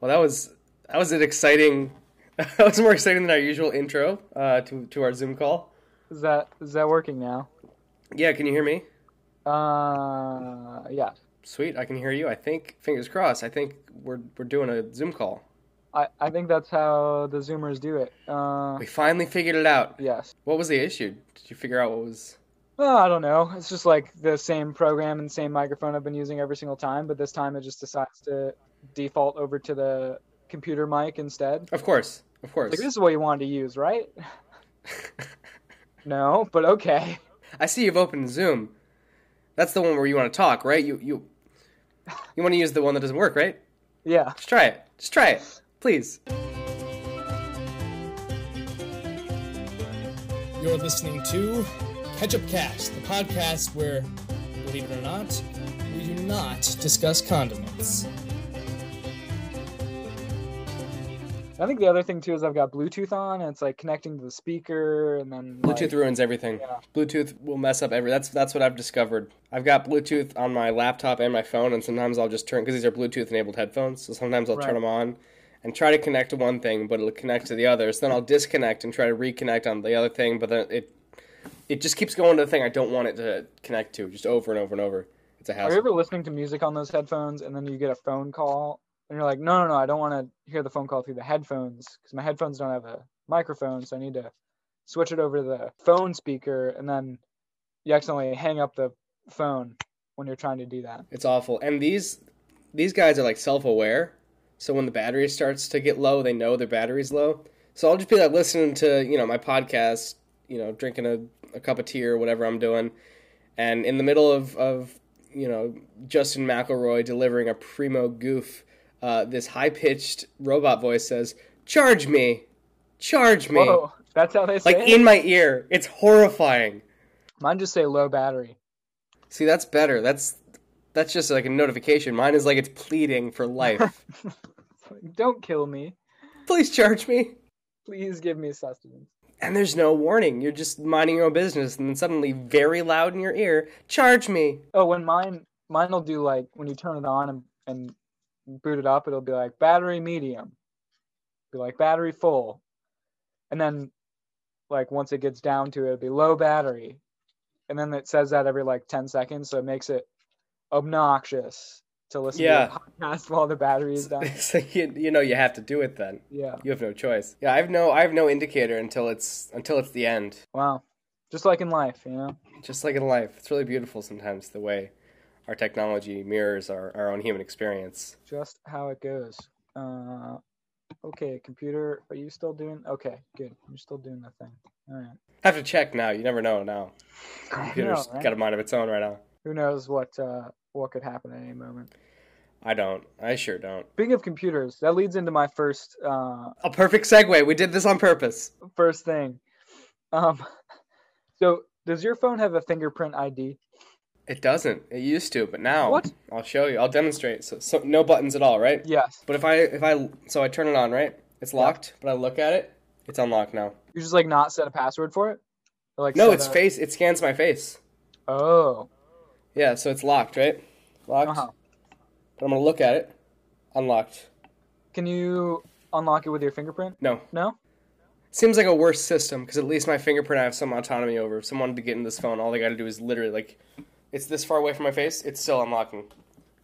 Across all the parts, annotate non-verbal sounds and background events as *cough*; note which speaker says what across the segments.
Speaker 1: Well, that was that was an exciting. *laughs* That was more exciting than our usual intro uh, to to our Zoom call.
Speaker 2: Is that is that working now?
Speaker 1: Yeah, can you hear me?
Speaker 2: Uh, yeah.
Speaker 1: Sweet, I can hear you. I think fingers crossed. I think we're we're doing a Zoom call.
Speaker 2: I, I think that's how the Zoomers do it. Uh,
Speaker 1: We finally figured it out.
Speaker 2: yes.
Speaker 1: What was the issue? Did you figure out what was?
Speaker 2: Well, I don't know. It's just like the same program and same microphone I've been using every single time, but this time it just decides to default over to the computer mic instead.
Speaker 1: Of course, of course.
Speaker 2: Like this is what you wanted to use, right? *laughs* no, but okay.
Speaker 1: *laughs*
Speaker 2: *laughs*
Speaker 1: I see you've opened Zoom. That's the one where you want to talk, right? You you you want to use the one that doesn't work, right?
Speaker 2: Yeah.
Speaker 1: Just try it. Just try it, please.
Speaker 3: You're listening to Ketchup Cast, the podcast where, believe it or not, we do not discuss condiments.
Speaker 2: I think the other thing too is I've got Bluetooth on and it's like connecting to the speaker and then
Speaker 1: Bluetooth
Speaker 2: like,
Speaker 1: ruins everything.
Speaker 2: Yeah.
Speaker 1: Bluetooth will mess up every. That's that's what I've discovered. I've got Bluetooth on my laptop and my phone, and sometimes I'll just turn because these are Bluetooth enabled headphones. So sometimes I'll turn
Speaker 2: Right.
Speaker 1: them on and try to connect to one thing, but it'll connect to the other. So then I'll disconnect and try to reconnect on the other thing, but then it it just keeps going to the thing I don't want it to connect to, just over and over and over. It's a
Speaker 2: Are you
Speaker 1: hassle.
Speaker 2: ever listening to music on those headphones and then you get a phone call and you're like, no, no, no, I don't want to hear the phone call through the headphones because my headphones don't have a microphone, so I need to switch it over to the phone speaker and then you accidentally hang up the phone when you're trying to do that.
Speaker 1: It's awful. And these these guys are like self aware. So when the battery starts to get low, they know their battery's low. So I'll just be like listening to, you know, my podcast, you know, drinking a, a cup of tea or whatever I'm doing. And in the middle of, of you know, Justin McElroy delivering a primo goof, uh, this high pitched robot voice says, Charge me. Charge me.
Speaker 2: Whoa, that's how they say
Speaker 1: Like
Speaker 2: it?
Speaker 1: in my ear. It's horrifying.
Speaker 2: Mine just say low battery.
Speaker 1: See, that's better. That's that's just like a notification. Mine is like it's pleading for life.
Speaker 2: Don't kill me.
Speaker 1: Please charge me.
Speaker 2: Please give me sustenance.
Speaker 1: And there's no warning. You're just minding your own business, and then suddenly, very loud in your ear, charge me.
Speaker 2: Oh, when mine mine will do like when you turn it on and, and boot it up, it'll be like battery medium, be like battery full, and then like once it gets down to it, it'll be low battery, and then it says that every like ten seconds, so it makes it obnoxious to listen
Speaker 1: Yeah.
Speaker 2: to a podcast *laughs* while the battery is down.
Speaker 1: *laughs* so you, you know you have to do it then.
Speaker 2: yeah,
Speaker 1: You have no choice. Yeah, I have no I have no indicator until it's until it's the end.
Speaker 2: wow, just like in life, you know.
Speaker 1: Just like in life, it's really beautiful sometimes the way our technology mirrors our, our own human experience.
Speaker 2: just how it goes. Uh, okay, computer, are you still doing? Okay, good. You're still doing the thing. All right.
Speaker 1: I have to check now. You never know now. Computer's
Speaker 2: right?
Speaker 1: got a mind of its own right now.
Speaker 2: Who knows what uh, what could happen at any moment?
Speaker 1: I don't. I sure don't.
Speaker 2: Speaking of computers, that leads into my first uh,
Speaker 1: A perfect segue. We did this on purpose.
Speaker 2: first thing. Um, *laughs* so does your phone have a fingerprint ID?
Speaker 1: It doesn't. It used to, but now
Speaker 2: What?
Speaker 1: I'll show you. I'll demonstrate. So, so no buttons at all, right?
Speaker 2: Yes.
Speaker 1: But if I if I so I turn it on, right? It's locked, but I look at it, it's unlocked now.
Speaker 2: You just like not set a password for it? Or, like
Speaker 1: No,
Speaker 2: set
Speaker 1: it's
Speaker 2: a-
Speaker 1: face. It scans my face.
Speaker 2: Oh.
Speaker 1: Yeah, so it's locked, right? Locked.
Speaker 2: Uh-huh.
Speaker 1: But I'm gonna look at it. Unlocked.
Speaker 2: Can you unlock it with your fingerprint?
Speaker 1: No.
Speaker 2: No.
Speaker 1: Seems like a worse system because at least my fingerprint I have some autonomy over. If someone to get in this phone, all they got to do is literally like, it's this far away from my face, it's still unlocking.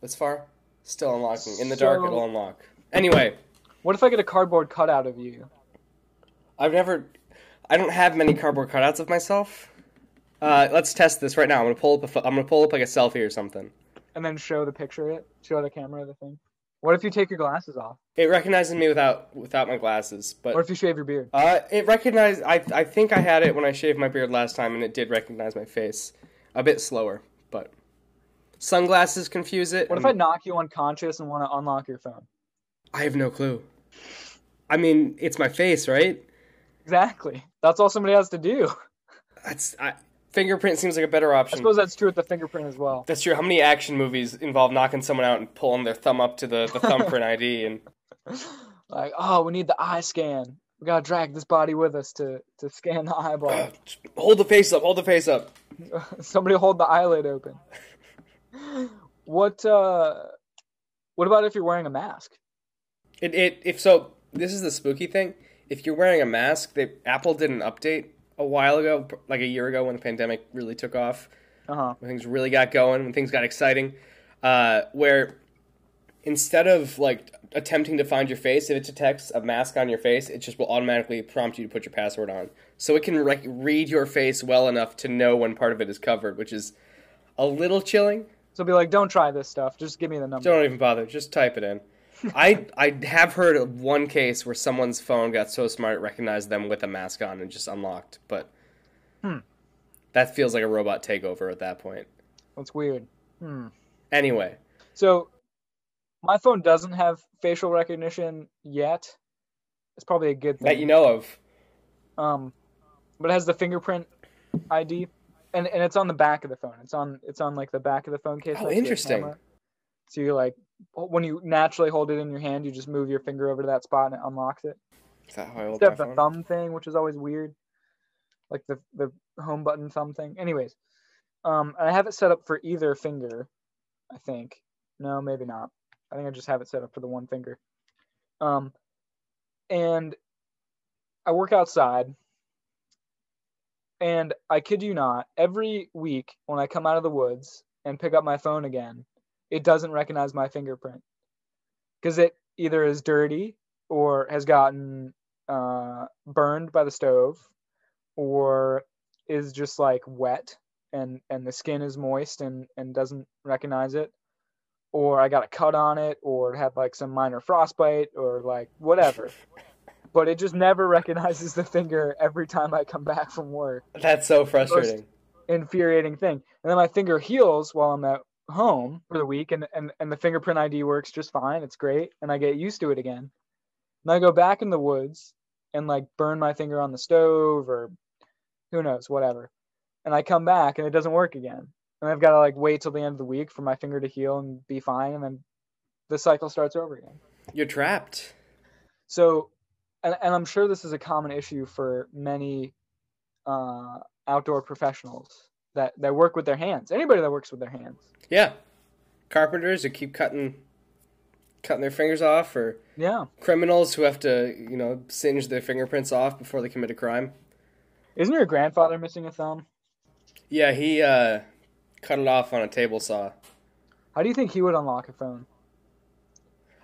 Speaker 1: This far, still unlocking. In the dark,
Speaker 2: So-
Speaker 1: it'll unlock. Anyway,
Speaker 2: What if I get a cardboard cutout of you?
Speaker 1: I've never, I don't have many cardboard cutouts of myself. Uh, let's test this right now. I'm gonna pull up a, pho- I'm gonna pull up like a selfie or something.
Speaker 2: and then show the picture of it, show the camera the thing. What if you take your glasses off,
Speaker 1: It recognizes me without without my glasses, but
Speaker 2: or if you shave your beard?
Speaker 1: Uh, it recognized. I I think I had it when I shaved my beard last time, and it did recognize my face. A bit slower, but sunglasses confuse it.
Speaker 2: What if I
Speaker 1: and
Speaker 2: knock you unconscious and want to unlock your phone?
Speaker 1: I have no clue. I mean, it's my face, right?
Speaker 2: Exactly. That's all somebody has to do.
Speaker 1: That's I, fingerprint seems like a better
Speaker 2: I
Speaker 1: option.
Speaker 2: suppose that's true with the fingerprint as well.
Speaker 1: That's true. How many action movies involve knocking someone out and pulling their thumb up to the, the thumbprint *laughs* ID? And
Speaker 2: Like, oh, we need the eye scan. We gotta drag this body with us to to scan the
Speaker 1: *laughs*
Speaker 2: eyeball. *laughs*
Speaker 1: uh, hold the face up. Hold the face up.
Speaker 2: somebody hold the eyelid open. What uh, what about if you're wearing a mask?
Speaker 1: It, it if so, this is the spooky thing. If you're wearing a mask, they Apple did an update a while ago, like a year ago when the pandemic really took off,
Speaker 2: Uh huh.
Speaker 1: when things really got going, when things got exciting, uh, where instead of like attempting to find your face, if it detects a mask on your face, it just will automatically prompt you to put your password on. So it can rec- read your face well enough to know when part of it is covered, which is a little chilling.
Speaker 2: So be like, don't try this stuff. Just give me the number.
Speaker 1: Don't even bother. Just type it in. I I have heard of one case where someone's phone got so smart it recognized them with a mask on and just unlocked, but
Speaker 2: Hmm.
Speaker 1: that feels like a robot takeover at that point.
Speaker 2: That's weird. Hmm.
Speaker 1: Anyway,
Speaker 2: So my phone doesn't have facial recognition yet. It's probably a good
Speaker 1: that
Speaker 2: thing.
Speaker 1: you know of.
Speaker 2: Um, but it has the fingerprint ID, and and it's on the back of the phone. It's on it's on like the back of the phone case.
Speaker 1: Oh,
Speaker 2: next to the
Speaker 1: interesting.
Speaker 2: camera. So you like when you naturally hold it in your hand, you just move your finger over to that spot and it unlocks it.
Speaker 1: Is that how I hold
Speaker 2: Instead
Speaker 1: my
Speaker 2: of the
Speaker 1: phone?
Speaker 2: thumb thing, which is always weird, like the the home button thumb thing. Anyways, um, and I have it set up for either finger, I think. No, maybe not. I think I just have it set up for the one finger. Um, and I work outside, and I kid you not, every week when I come out of the woods and pick up my phone again, it doesn't recognize my fingerprint because it either is dirty or has gotten uh, burned by the stove or is just like wet and and the skin is moist and and doesn't recognize it or i got a cut on it or it had like some minor frostbite or like whatever but it just never recognizes the finger every time i come back from work
Speaker 1: That's so frustrating.
Speaker 2: infuriating thing. And then my finger heals while I'm at home for the week, and, and, and the fingerprint ID works just fine. It's great. And I get used to it again. And I go back in the woods and like burn my finger on the stove or who knows, whatever. And I come back and it doesn't work again. And I've got to like wait till the end of the week for my finger to heal and be fine. And then the cycle starts over again.
Speaker 1: You're trapped.
Speaker 2: So, and, and I'm sure this is a common issue for many uh, outdoor professionals that, that work with their hands. Anybody that works with their hands.
Speaker 1: Yeah, carpenters who keep cutting cutting their fingers off, or
Speaker 2: Yeah.
Speaker 1: criminals who have to you know singe their fingerprints off before they commit a crime.
Speaker 2: Isn't your grandfather missing a thumb?
Speaker 1: Yeah, he uh, cut it off on a table saw.
Speaker 2: How do you think he would unlock a phone?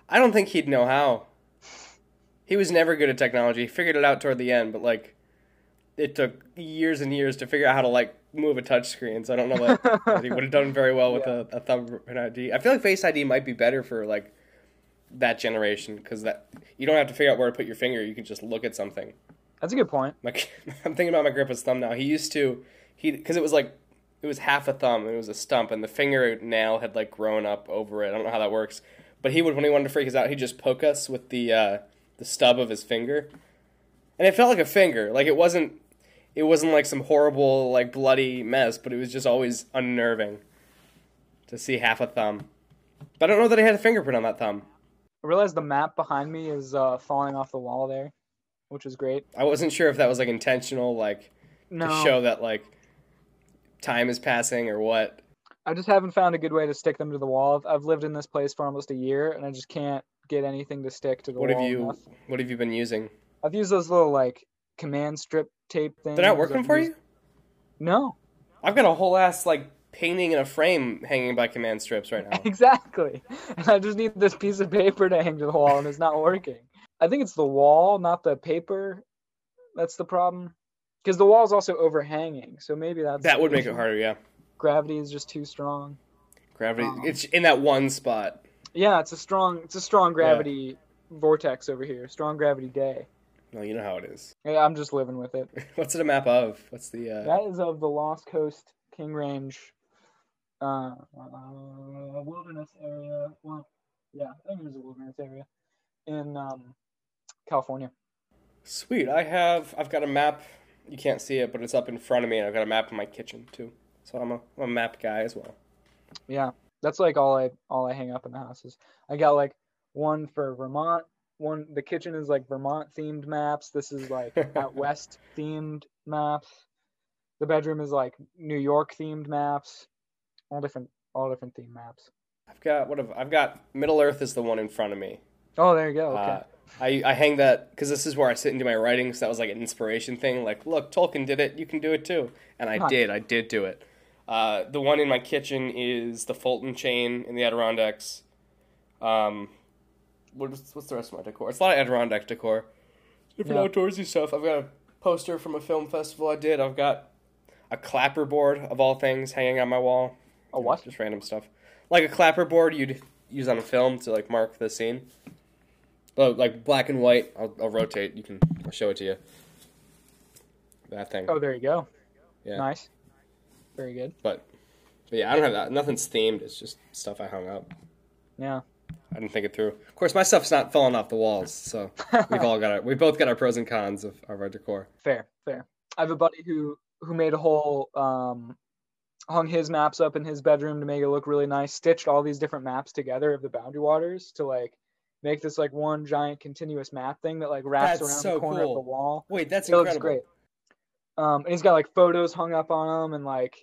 Speaker 1: I don't think he'd know how. He was never good at technology. He figured it out toward the end, but like it took years and years to figure out how to like move a touch screen. So I don't know that, that he would have done very well with a, a thumbprint ID. I feel like Face ID might be better for like that generation because that you don't have to figure out where to put your finger. You can just look at something.
Speaker 2: That's a good point.
Speaker 1: My, *laughs* I'm thinking about my grandpa's thumb now. He used to he because it was like it was half a thumb and it was a stump and the fingernail had like grown up over it. I don't know how that works, but he would when he wanted to freak us out, he'd just poke us with the uh, the stub of his finger, and it felt like a finger. Like it wasn't it wasn't like some horrible like bloody mess, but it was just always unnerving to see half a thumb. But I don't know that I had a fingerprint on that thumb.
Speaker 2: I realize the map behind me is uh, falling off the wall there, which is great.
Speaker 1: I wasn't sure if that was like intentional, like
Speaker 2: No,
Speaker 1: to show that like time is passing or what.
Speaker 2: I just haven't found a good way to stick them to the wall. I've, I've lived in this place for almost a year, and I just can't get anything to stick to the
Speaker 1: What
Speaker 2: wall.
Speaker 1: have you
Speaker 2: enough.
Speaker 1: what have you been using?
Speaker 2: I've used those little like command strip tape things.
Speaker 1: They're not
Speaker 2: I've
Speaker 1: working for
Speaker 2: used-
Speaker 1: you?
Speaker 2: No.
Speaker 1: I've got a whole ass like painting in a frame hanging by command strips right now.
Speaker 2: *laughs* Exactly. And I just need this piece of paper to hang to the wall, and it's not working. I think it's the wall, not the paper. That's the problem. Because the wall is also overhanging, so maybe that's
Speaker 1: that
Speaker 2: the
Speaker 1: would make it
Speaker 2: issue.
Speaker 1: harder, yeah.
Speaker 2: Gravity is just too strong.
Speaker 1: Gravity
Speaker 2: Um,
Speaker 1: it's in that one spot.
Speaker 2: Yeah, it's a strong, it's a strong gravity vortex over here. Strong gravity day.
Speaker 1: No, you know how it is. *laughs*
Speaker 2: Yeah, I'm just living with it.
Speaker 1: What's it a map of? What's the uh
Speaker 2: That is of the Lost Coast King Range, uh, uh, wilderness area. Well, yeah, I think it was a wilderness area in um, California.
Speaker 1: Sweet, I have I've got a map. You can't see it, but it's up in front of me and I've got a map in my kitchen too. So I'm a, I'm a map guy as well.
Speaker 2: Yeah, that's like all I all I hang up in the house is I got like one for Vermont. One the kitchen is like Vermont themed maps. This
Speaker 1: *laughs*
Speaker 2: is like out west themed maps. The bedroom is like New York themed maps. All different all different theme maps.
Speaker 1: I've got what have I've got Middle Earth is the one in front of me.
Speaker 2: Oh, there you go. Okay.
Speaker 1: Uh, I, I hang that because this is where I sit and do my writing. So that was like an inspiration thing. Like, look, Tolkien did it. You can do it too. And I
Speaker 2: Nice.
Speaker 1: did. I did do it. Uh, the one in my kitchen is the Fulton chain in the Adirondacks. Um, what's, what's the rest of my decor? It's a lot of Adirondack decor. Different
Speaker 2: Yeah.
Speaker 1: outdoorsy stuff. I've got a poster from a film festival I did. I've got a clapperboard of all things hanging on my wall.
Speaker 2: a what?
Speaker 1: Just random stuff. Like a clapperboard you'd use on a film to like mark the scene. Oh, like black and white. I'll, I'll rotate. You can I'll show it to you. That thing.
Speaker 2: Oh, there you go.
Speaker 1: Yeah.
Speaker 2: Nice. Very good.
Speaker 1: But, but yeah, I don't have that. Nothing's themed. It's just stuff I hung up.
Speaker 2: Yeah.
Speaker 1: I didn't think it through. Of course, my stuff's not falling off the walls, so
Speaker 2: *laughs*
Speaker 1: we've all got our, we both got our pros and cons of, of our decor.
Speaker 2: Fair, fair. I have a buddy who who made a whole um hung his maps up in his bedroom to make it look really nice, stitched all these different maps together of the boundary waters to like make this like one giant continuous map thing that like wraps
Speaker 1: That's
Speaker 2: around
Speaker 1: so
Speaker 2: the corner
Speaker 1: cool.
Speaker 2: of the wall.
Speaker 1: Wait, that's
Speaker 2: it looks great. Um, and he's got like photos hung up on him and like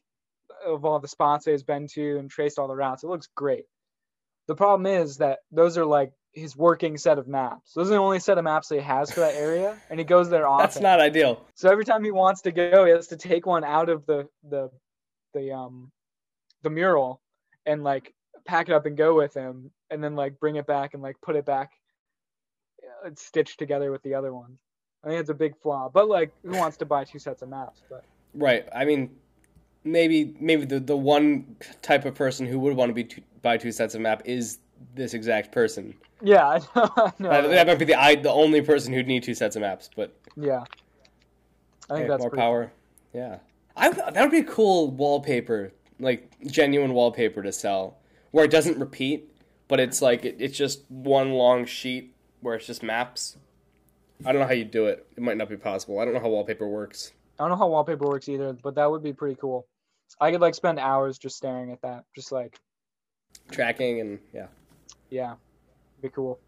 Speaker 2: of all the spots that he's been to and traced all the routes. It looks great. The problem is that those are like his working set of maps. Those are the only set of maps that he has for that area, and he goes there often.
Speaker 1: *laughs* That's not ideal.
Speaker 2: So every time he wants to go, he has to take one out of the the the um the mural and like pack it up and go with him, and then like bring it back and like put it back uh, stitched together with the other one. I think it's a big flaw. But like, who wants to buy two sets of maps? But
Speaker 1: Right. I mean, maybe maybe the the one type of person who would want to be two, buy two sets of map is this exact person.
Speaker 2: yeah, *laughs* I know. I know
Speaker 1: That-
Speaker 2: right?
Speaker 1: That might be the I, the only person who'd need two sets of maps, but
Speaker 2: Yeah, I think
Speaker 1: hey,
Speaker 2: that's
Speaker 1: more
Speaker 2: pretty
Speaker 1: power. Yeah, I that would be a cool wallpaper, like genuine wallpaper to sell, where it doesn't repeat, but it's like it, it's just one long sheet where it's just maps. I don't know how you do it. It might not be possible. I don't know how wallpaper works.
Speaker 2: I don't know how wallpaper works either, but that would be pretty cool. I could like spend hours just staring at that. Just like,
Speaker 1: Tracking and yeah.
Speaker 2: yeah, be cool.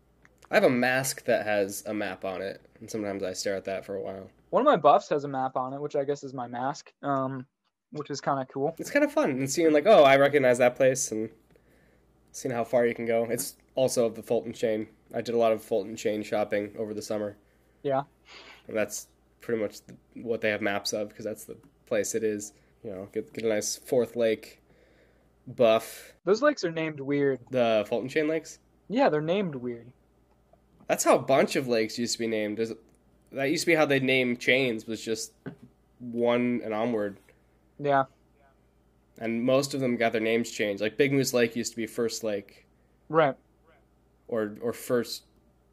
Speaker 1: I have a mask that has a map on it, and sometimes I stare at that for a while.
Speaker 2: One of my buffs has a map on it, which I guess is my mask, um, which is kind of cool.
Speaker 1: It's kind of fun and seeing like, oh, I recognize that place, and seeing how far you can go. It's also the Fulton chain. I did a lot of Fulton chain shopping over the summer.
Speaker 2: Yeah.
Speaker 1: and that's pretty much th what they have maps of because that's the place it is. You know, get get a nice fourth lake buff.
Speaker 2: Those lakes are named weird.
Speaker 1: The Fulton chain lakes.
Speaker 2: Yeah, they're named weird.
Speaker 1: That's how a bunch of lakes used to be named. Is that used to be how they named chains was just one and onward.
Speaker 2: Yeah,
Speaker 1: and most of them got their names changed. Like Big Moose Lake used to be First Lake,
Speaker 2: right.
Speaker 1: or or First,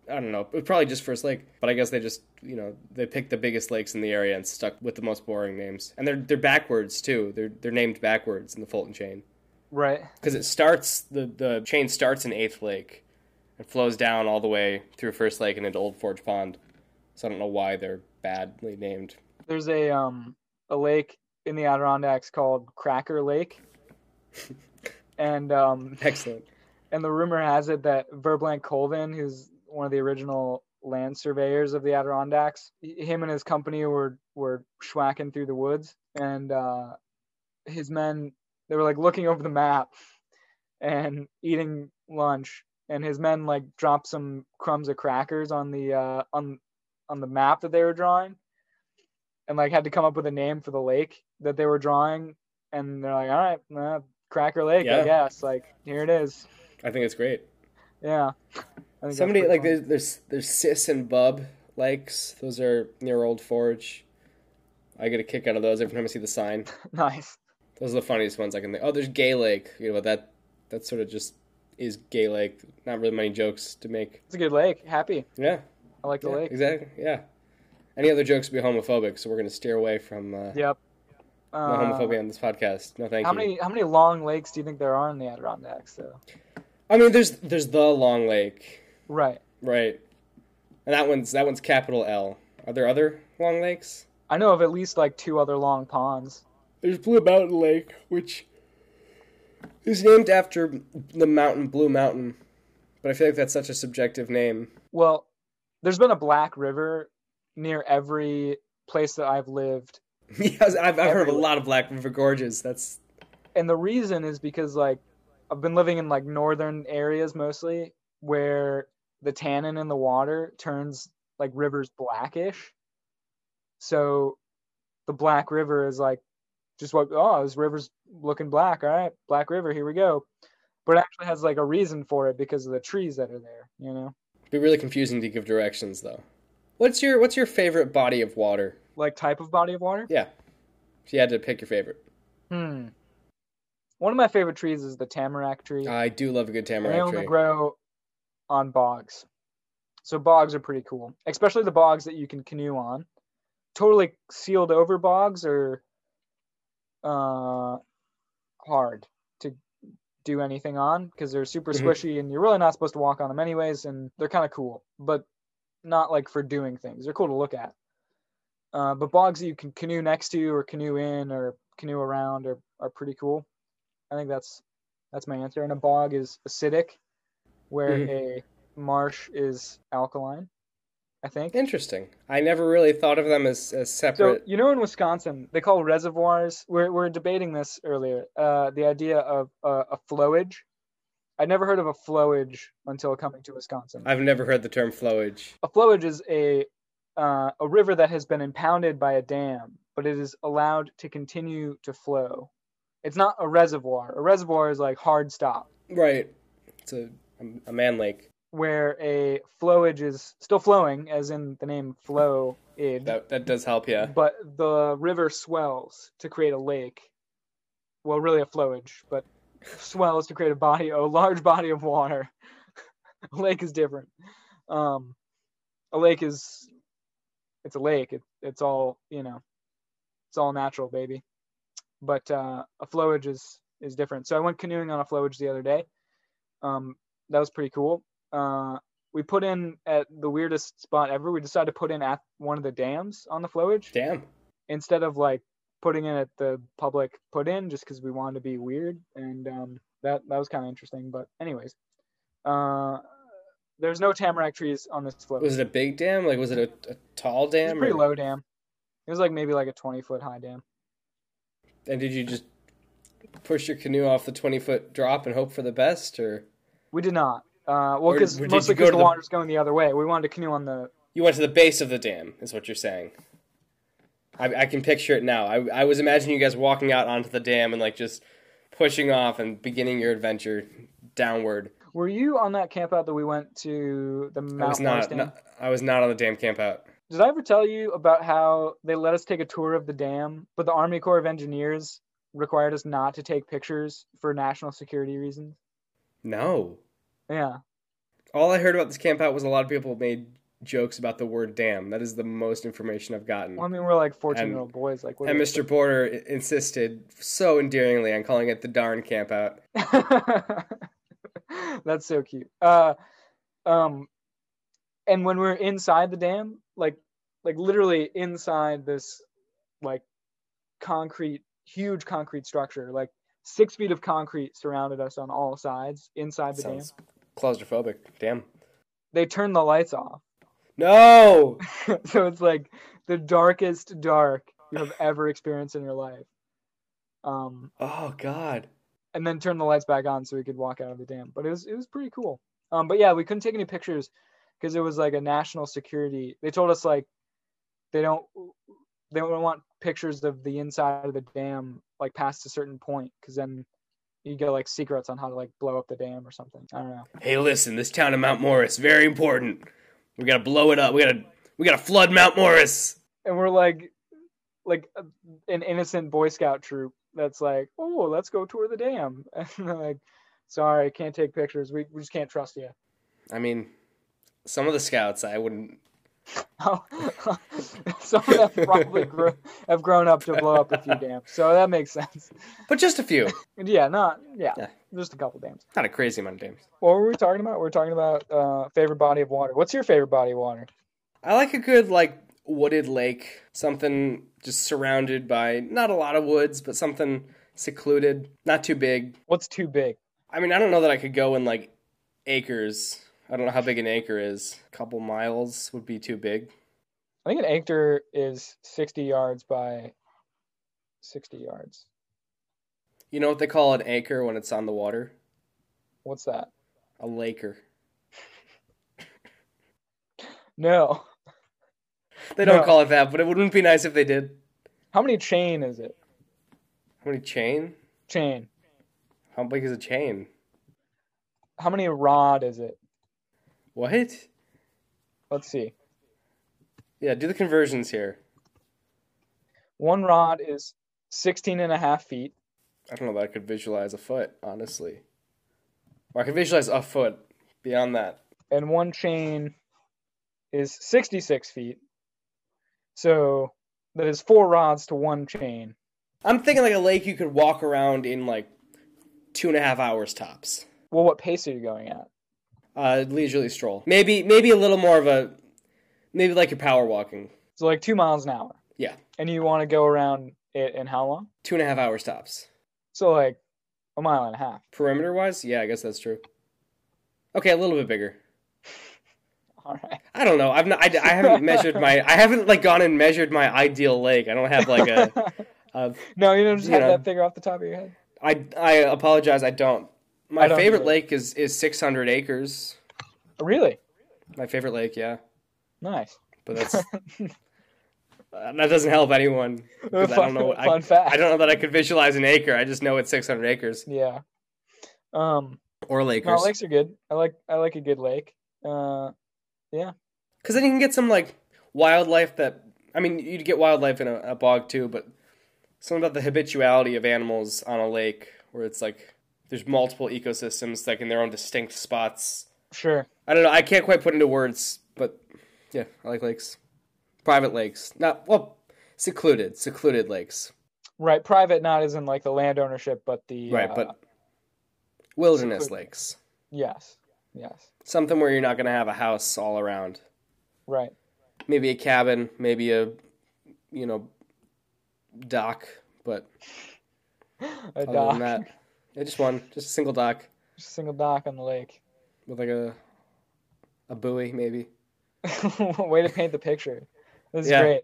Speaker 1: I don't know, it probably just First Lake. But I guess they just you know they picked the biggest lakes in the area and stuck with the most boring names. And they're they're backwards too. They're they're named backwards in the Fulton chain
Speaker 2: Right.
Speaker 1: because it starts the the chain starts in Eighth Lake, and flows down all the way through First Lake and into Old Forge Pond. So I don't know why they're badly named. *laughs*
Speaker 2: There's a um a lake in the Adirondacks called Cracker Lake. and um
Speaker 1: Excellent.
Speaker 2: and the rumor has it that Verblank Colvin, who's one of the original land surveyors of the Adirondacks, h- him and his company were were schwacking through the woods, and uh, his men they were like looking over the map and eating lunch, and his men like dropped some crumbs of crackers on the uh, on on the map that they were drawing, and like had to come up with a name for the lake that they were drawing, and they're like, all right, uh, Cracker Lake,
Speaker 1: Yeah.
Speaker 2: I guess. Like here it is.
Speaker 1: I think it's great.
Speaker 2: Yeah. I think that's
Speaker 1: Somebody
Speaker 2: pretty
Speaker 1: like
Speaker 2: fun.
Speaker 1: there's there's there's Sis and Bub likes. Those are near Old Forge. I get a kick out of those every time I see the sign.
Speaker 2: *laughs* nice.
Speaker 1: Those are the funniest ones I can think. Oh, there's Gay Lake. You know that that sort of just is Gay Lake. Not really many jokes to make.
Speaker 2: It's a good lake. Happy.
Speaker 1: Yeah,
Speaker 2: I like the
Speaker 1: yeah,
Speaker 2: lake.
Speaker 1: exactly. Yeah. Any other jokes would be homophobic, so we're gonna steer away from uh,
Speaker 2: Yep.
Speaker 1: no
Speaker 2: Uh,
Speaker 1: homophobia on this podcast. No, thank
Speaker 2: how
Speaker 1: you.
Speaker 2: many how many long lakes do you think there are in the Adirondacks though?
Speaker 1: I mean, there's there's the Long Lake,
Speaker 2: Right.
Speaker 1: right? And that one's that one's capital L. Are there other Long Lakes?
Speaker 2: I know of at least like two other long ponds.
Speaker 1: There's Blue Mountain Lake, which is named after the mountain Blue Mountain, but I feel like that's such a subjective name. *laughs*
Speaker 2: Well, there's been a black river near every place that I've lived.
Speaker 1: yes, I've, I've heard of a lot of Black River gorges. That's
Speaker 2: And the reason is because like I've been living in like northern areas mostly where the tannin in the water turns like rivers blackish. So the Black River is like just what oh this river's looking black. All right, Black River, here we go. But it actually has like a reason for it because of the trees that are there, you know.
Speaker 1: Be really confusing to give directions though. What's your what's your favorite body of water?
Speaker 2: Like type of body of water.
Speaker 1: Yeah. If you had to pick your favorite.
Speaker 2: Hmm. One of my favorite trees is the tamarack tree.
Speaker 1: I do love a good
Speaker 2: And they
Speaker 1: tamarack
Speaker 2: only
Speaker 1: tree.
Speaker 2: grow on bogs. So bogs are pretty cool, especially the bogs that you can canoe on. Totally sealed over bogs are uh, hard to do anything on because they're super
Speaker 1: Mhm.
Speaker 2: squishy and you're really not supposed to walk on them anyways. And they're kind of cool, but not like for doing things. They're cool to look at. Uh, but bogs that you can canoe next to or canoe in or canoe around are, are pretty cool. I think that's that's my answer. And a bog is acidic, where a marsh is alkaline. I think.
Speaker 1: Interesting. I never really thought of them as, as
Speaker 2: So
Speaker 1: separate.
Speaker 2: you know, in Wisconsin, they call reservoirs. We're we're debating this earlier. Uh, the idea of uh, a flowage. I never heard of a flowage until coming to Wisconsin.
Speaker 1: I've never heard the term flowage.
Speaker 2: A flowage is a uh, a river that has been impounded by a dam, but it is allowed to continue to flow. It's not a reservoir. A reservoir is like hard stop.
Speaker 1: Right. It's a, a man lake.
Speaker 2: where a flowage is still flowing, as in the name flow
Speaker 1: That that does help, yeah.
Speaker 2: but the river swells to create a lake. Well, really a flowage, but swells to create a body, a large body of water. *laughs* a lake is different. Um, a lake is, it's a lake. It, it's all you know, it's all natural, baby. But uh, a flowage is is different. So I went canoeing on a flowage the other day. Um, that was pretty cool. Uh, we put in at the weirdest spot ever. We decided to put in at one of the dams on the flowage
Speaker 1: Damn.
Speaker 2: instead of like putting in at the public put in just because we wanted to be weird and um, that that was kind of interesting. But anyways, uh, there's no tamarack trees on this flowage.
Speaker 1: Was it a big dam? Like was it a, a tall
Speaker 2: It was a
Speaker 1: dam?
Speaker 2: pretty
Speaker 1: or-
Speaker 2: low dam. It was like maybe like a 20 foot high dam.
Speaker 1: And did you just push your canoe off the twenty foot drop and hope for the best or
Speaker 2: We did not. Uh, well,
Speaker 1: Or-
Speaker 2: because
Speaker 1: or did
Speaker 2: mostly
Speaker 1: you go
Speaker 2: because
Speaker 1: to
Speaker 2: the
Speaker 1: the-
Speaker 2: water's going the other way. We wanted to canoe on the
Speaker 1: You went to the base of the dam, is what you're saying. I, I can picture it now. I, I was imagining you guys walking out onto the dam and like just pushing off and beginning your adventure downward.
Speaker 2: Were you on that camp out that we went to the
Speaker 1: I was
Speaker 2: Mount Morris
Speaker 1: not,
Speaker 2: Dam?
Speaker 1: not. I was not on the dam camp out.
Speaker 2: Did I ever tell you about how they let us take a tour of the dam, but the Army Corps of Engineers required us not to take pictures for national security reasons?
Speaker 1: No.
Speaker 2: Yeah.
Speaker 1: All I heard about this camp out was a lot of people made jokes about the word "dam." That is the most information I've gotten.
Speaker 2: Well, I mean, we're like 14 year old boys. Like, what
Speaker 1: And
Speaker 2: do
Speaker 1: Mr. Porter i- insisted so endearingly on calling it the darn camp out.
Speaker 2: we- *laughs* That's so cute. Uh, um, and when we we're inside the dam, like, like literally inside this, like, concrete, huge concrete structure, like six feet of concrete surrounded us on all sides inside the dam.
Speaker 1: Sounds claustrophobic. Damn.
Speaker 2: They turned the lights off.
Speaker 1: No.
Speaker 2: *laughs* so it's like the darkest dark you have ever experienced in your life. Um,
Speaker 1: Oh God.
Speaker 2: and then turn the lights back on so we could walk out of the dam. But it was it was pretty cool. Um, but yeah, we couldn't take any pictures because it was like a national security. They told us like they don't they don't want pictures of the inside of the dam like past a certain point because then you get like secrets on how to like blow up the dam or something. I don't know.
Speaker 1: hey listen this town of mount morris very important we gotta blow it up we gotta we gotta flood mount morris
Speaker 2: and we're like like uh, an innocent boy scout troop that's like oh let's go tour the dam *laughs* and they're like sorry can't take pictures we, we just can't trust you *laughs*
Speaker 1: i mean some of the scouts i wouldn't
Speaker 2: some of them probably grew, have grown up to blow up a few dams so that makes sense
Speaker 1: but just a few *laughs*
Speaker 2: And yeah not yeah,
Speaker 1: Yeah.
Speaker 2: just a couple dams
Speaker 1: not a crazy amount of dams
Speaker 2: what were we talking about we are talking about uh favorite body of water what's your favorite body of water
Speaker 1: i like a good like wooded lake something just surrounded by not a lot of woods but something secluded not too big
Speaker 2: what's too big
Speaker 1: i mean i don't know that i could go in like acres i don't know how big an acre is a couple miles would be too big
Speaker 2: i think an acre is 60 yards by 60 yards
Speaker 1: you know what they call an acre when it's on the water
Speaker 2: what's that
Speaker 1: a laker
Speaker 2: No.
Speaker 1: They don't
Speaker 2: No.
Speaker 1: call it that, but it wouldn't be nice if they did.
Speaker 2: How many chain is it?
Speaker 1: How many chain?
Speaker 2: Chain.
Speaker 1: How big is a chain?
Speaker 2: How many rod is it?
Speaker 1: What?
Speaker 2: Let's see.
Speaker 1: Yeah, do the conversions here.
Speaker 2: One rod is 16 and a half feet.
Speaker 1: I don't know that I could visualize a foot, honestly. Or I could visualize a foot. Beyond that,
Speaker 2: and one chain is 66 feet. So that is four rods to one chain.
Speaker 1: I'm thinking like a lake you could walk around in like two and a half hours tops.
Speaker 2: Well, what pace are you going at?
Speaker 1: Uh, leisurely stroll. Maybe maybe a little more of a maybe like your power walking.
Speaker 2: So like two miles an hour.
Speaker 1: Yeah.
Speaker 2: And you want to go around it in how long?
Speaker 1: Two and a half hours tops.
Speaker 2: So like a mile and a half. *laughs*
Speaker 1: Perimeter wise, yeah, I guess that's true. Okay, a little bit bigger.
Speaker 2: All right.
Speaker 1: I don't know. I've not. I, I haven't measured my. I haven't like gone and measured my ideal lake. I don't have like a. a
Speaker 2: *laughs* no, you don't just
Speaker 1: You
Speaker 2: have
Speaker 1: know.
Speaker 2: that figure off the top of your head.
Speaker 1: I I apologize. I don't. My
Speaker 2: I don't
Speaker 1: favorite
Speaker 2: either.
Speaker 1: lake is is six hundred acres.
Speaker 2: Really?
Speaker 1: My favorite lake, yeah.
Speaker 2: Nice.
Speaker 1: But
Speaker 2: *laughs*
Speaker 1: that's Uh, that doesn't help anyone. 'cause I don't
Speaker 2: *laughs*
Speaker 1: know. what- I,
Speaker 2: Fun fact.
Speaker 1: I don't know that I could visualize an acre. I just know it's 600 acres
Speaker 2: Yeah. Um.
Speaker 1: or acres.
Speaker 2: No,
Speaker 1: Because
Speaker 2: lakes are good. I like. I like a good lake. Uh.
Speaker 1: then you can get some like wildlife that I mean, you'd get wildlife in a, a bog too, but something about the habituality of animals on a lake where it's like there's multiple ecosystems like in their own distinct spots.
Speaker 2: Sure.
Speaker 1: I don't know. I can't quite put into words, but yeah, I like lakes, private lakes, not well secluded, secluded lakes,
Speaker 2: Right. Private, not as in like the land ownership, but the
Speaker 1: right?
Speaker 2: uh,
Speaker 1: But wilderness
Speaker 2: Secluded.
Speaker 1: lakes.
Speaker 2: Yes. Yes.
Speaker 1: something where you're not going to have a house all around.
Speaker 2: Right.
Speaker 1: Maybe a cabin, maybe a you know dock, but
Speaker 2: A
Speaker 1: other
Speaker 2: dock.
Speaker 1: than that, yeah, just one, just a single dock
Speaker 2: Just a *laughs* single dock on the lake. *laughs*
Speaker 1: with like a a buoy maybe.
Speaker 2: Way to paint the picture. This is
Speaker 1: Yeah.
Speaker 2: great.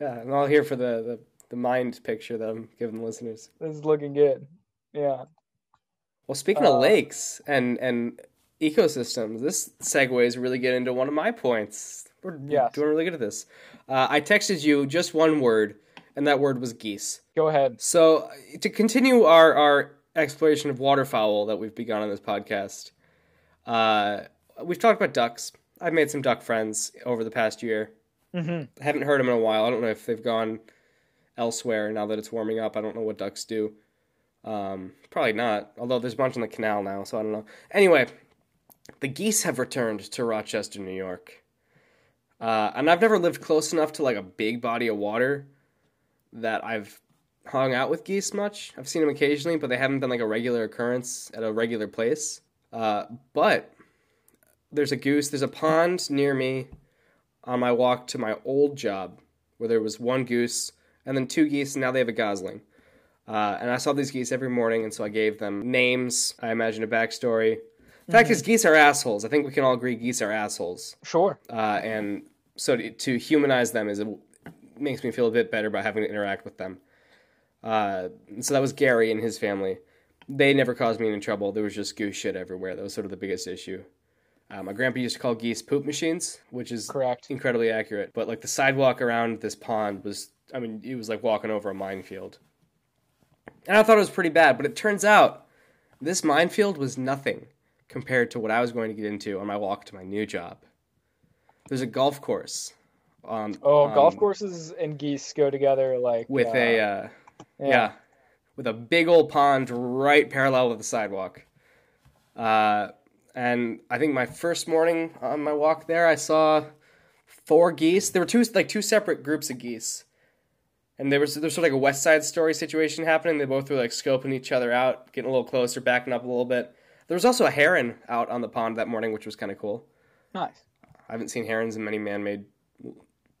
Speaker 1: Yeah, and all here for the the, the mind picture that I'm giving the listeners.
Speaker 2: This is looking good. Yeah.
Speaker 1: Well, speaking
Speaker 2: Uh,
Speaker 1: of lakes and and ecosystems, this segues really get into one of my points. We're
Speaker 2: Yes.
Speaker 1: doing really good at this. Uh, I texted you just one word, and that word was geese.
Speaker 2: Go ahead.
Speaker 1: So uh, to continue our our exploration of waterfowl that we've begun on this podcast, uh, we've talked about ducks. I've made some duck friends over the past year.
Speaker 2: hmm
Speaker 1: I haven't heard them in a while. I don't know if they've gone elsewhere now that it's warming up. I don't know what ducks do. Um, probably not. Although there's a bunch on the canal now, so I don't know. Anyway, the geese have returned to Rochester, New York. Uh, and I've never lived close enough to like a big body of water that I've hung out with geese much. I've seen them occasionally, but they haven't been like a regular occurrence at a regular place. Uh, but there's a goose. There's a pond near me on my walk to my old job where there was one goose and then two geese and now they have a gosling uh, and i saw these geese every morning and so i gave them names i imagined a backstory the fact is geese are assholes i think we can all agree geese are assholes
Speaker 2: Sure.
Speaker 1: uh, and so to, to humanize them is makes me feel a bit better about having to interact with them. Uh, so that was Gary and his family. They never caused me any trouble. There was just goose shit everywhere. That was sort of the biggest issue. Uh, my grandpa used to call geese poop machines, which is
Speaker 2: Correct.
Speaker 1: incredibly accurate. But like the sidewalk around this pond was, I mean, it was like walking over a minefield. And I thought it was pretty bad, but it turns out this minefield was nothing compared to what I was going to get into on my walk to my new job. There's a golf course. Um,
Speaker 2: Oh,
Speaker 1: um,
Speaker 2: golf courses and geese go together like
Speaker 1: with
Speaker 2: uh,
Speaker 1: a uh, yeah. with a big old pond right parallel with the sidewalk. Uh, and I think my first morning on my walk there, I saw four geese. There were two like two separate groups of geese, and there was there's sort of like a West Side Story situation happening. They both were like scoping each other out, getting a little closer, backing up a little bit. There was also a heron out on the pond that morning, which was kind of cool.
Speaker 2: Nice.
Speaker 1: I haven't seen herons in many man-made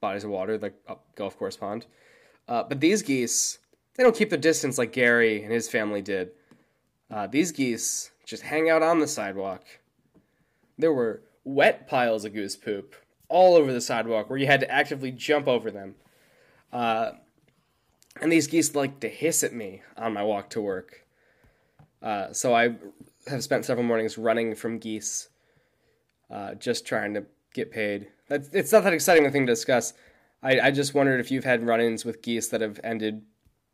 Speaker 1: bodies of water, like a golf course pond. Uh, but these geese, they don't keep their distance like Gary and his family did. Uh, these geese just hang out on the sidewalk. There were wet piles of goose poop all over the sidewalk where you had to actively jump over them. Uh, and these geese liked to hiss at me on my walk to work. Uh, so I have spent several mornings running from geese uh, just trying to get paid. That's, it's not that exciting a thing to discuss. I, I just wondered if you've had run-ins with geese that have ended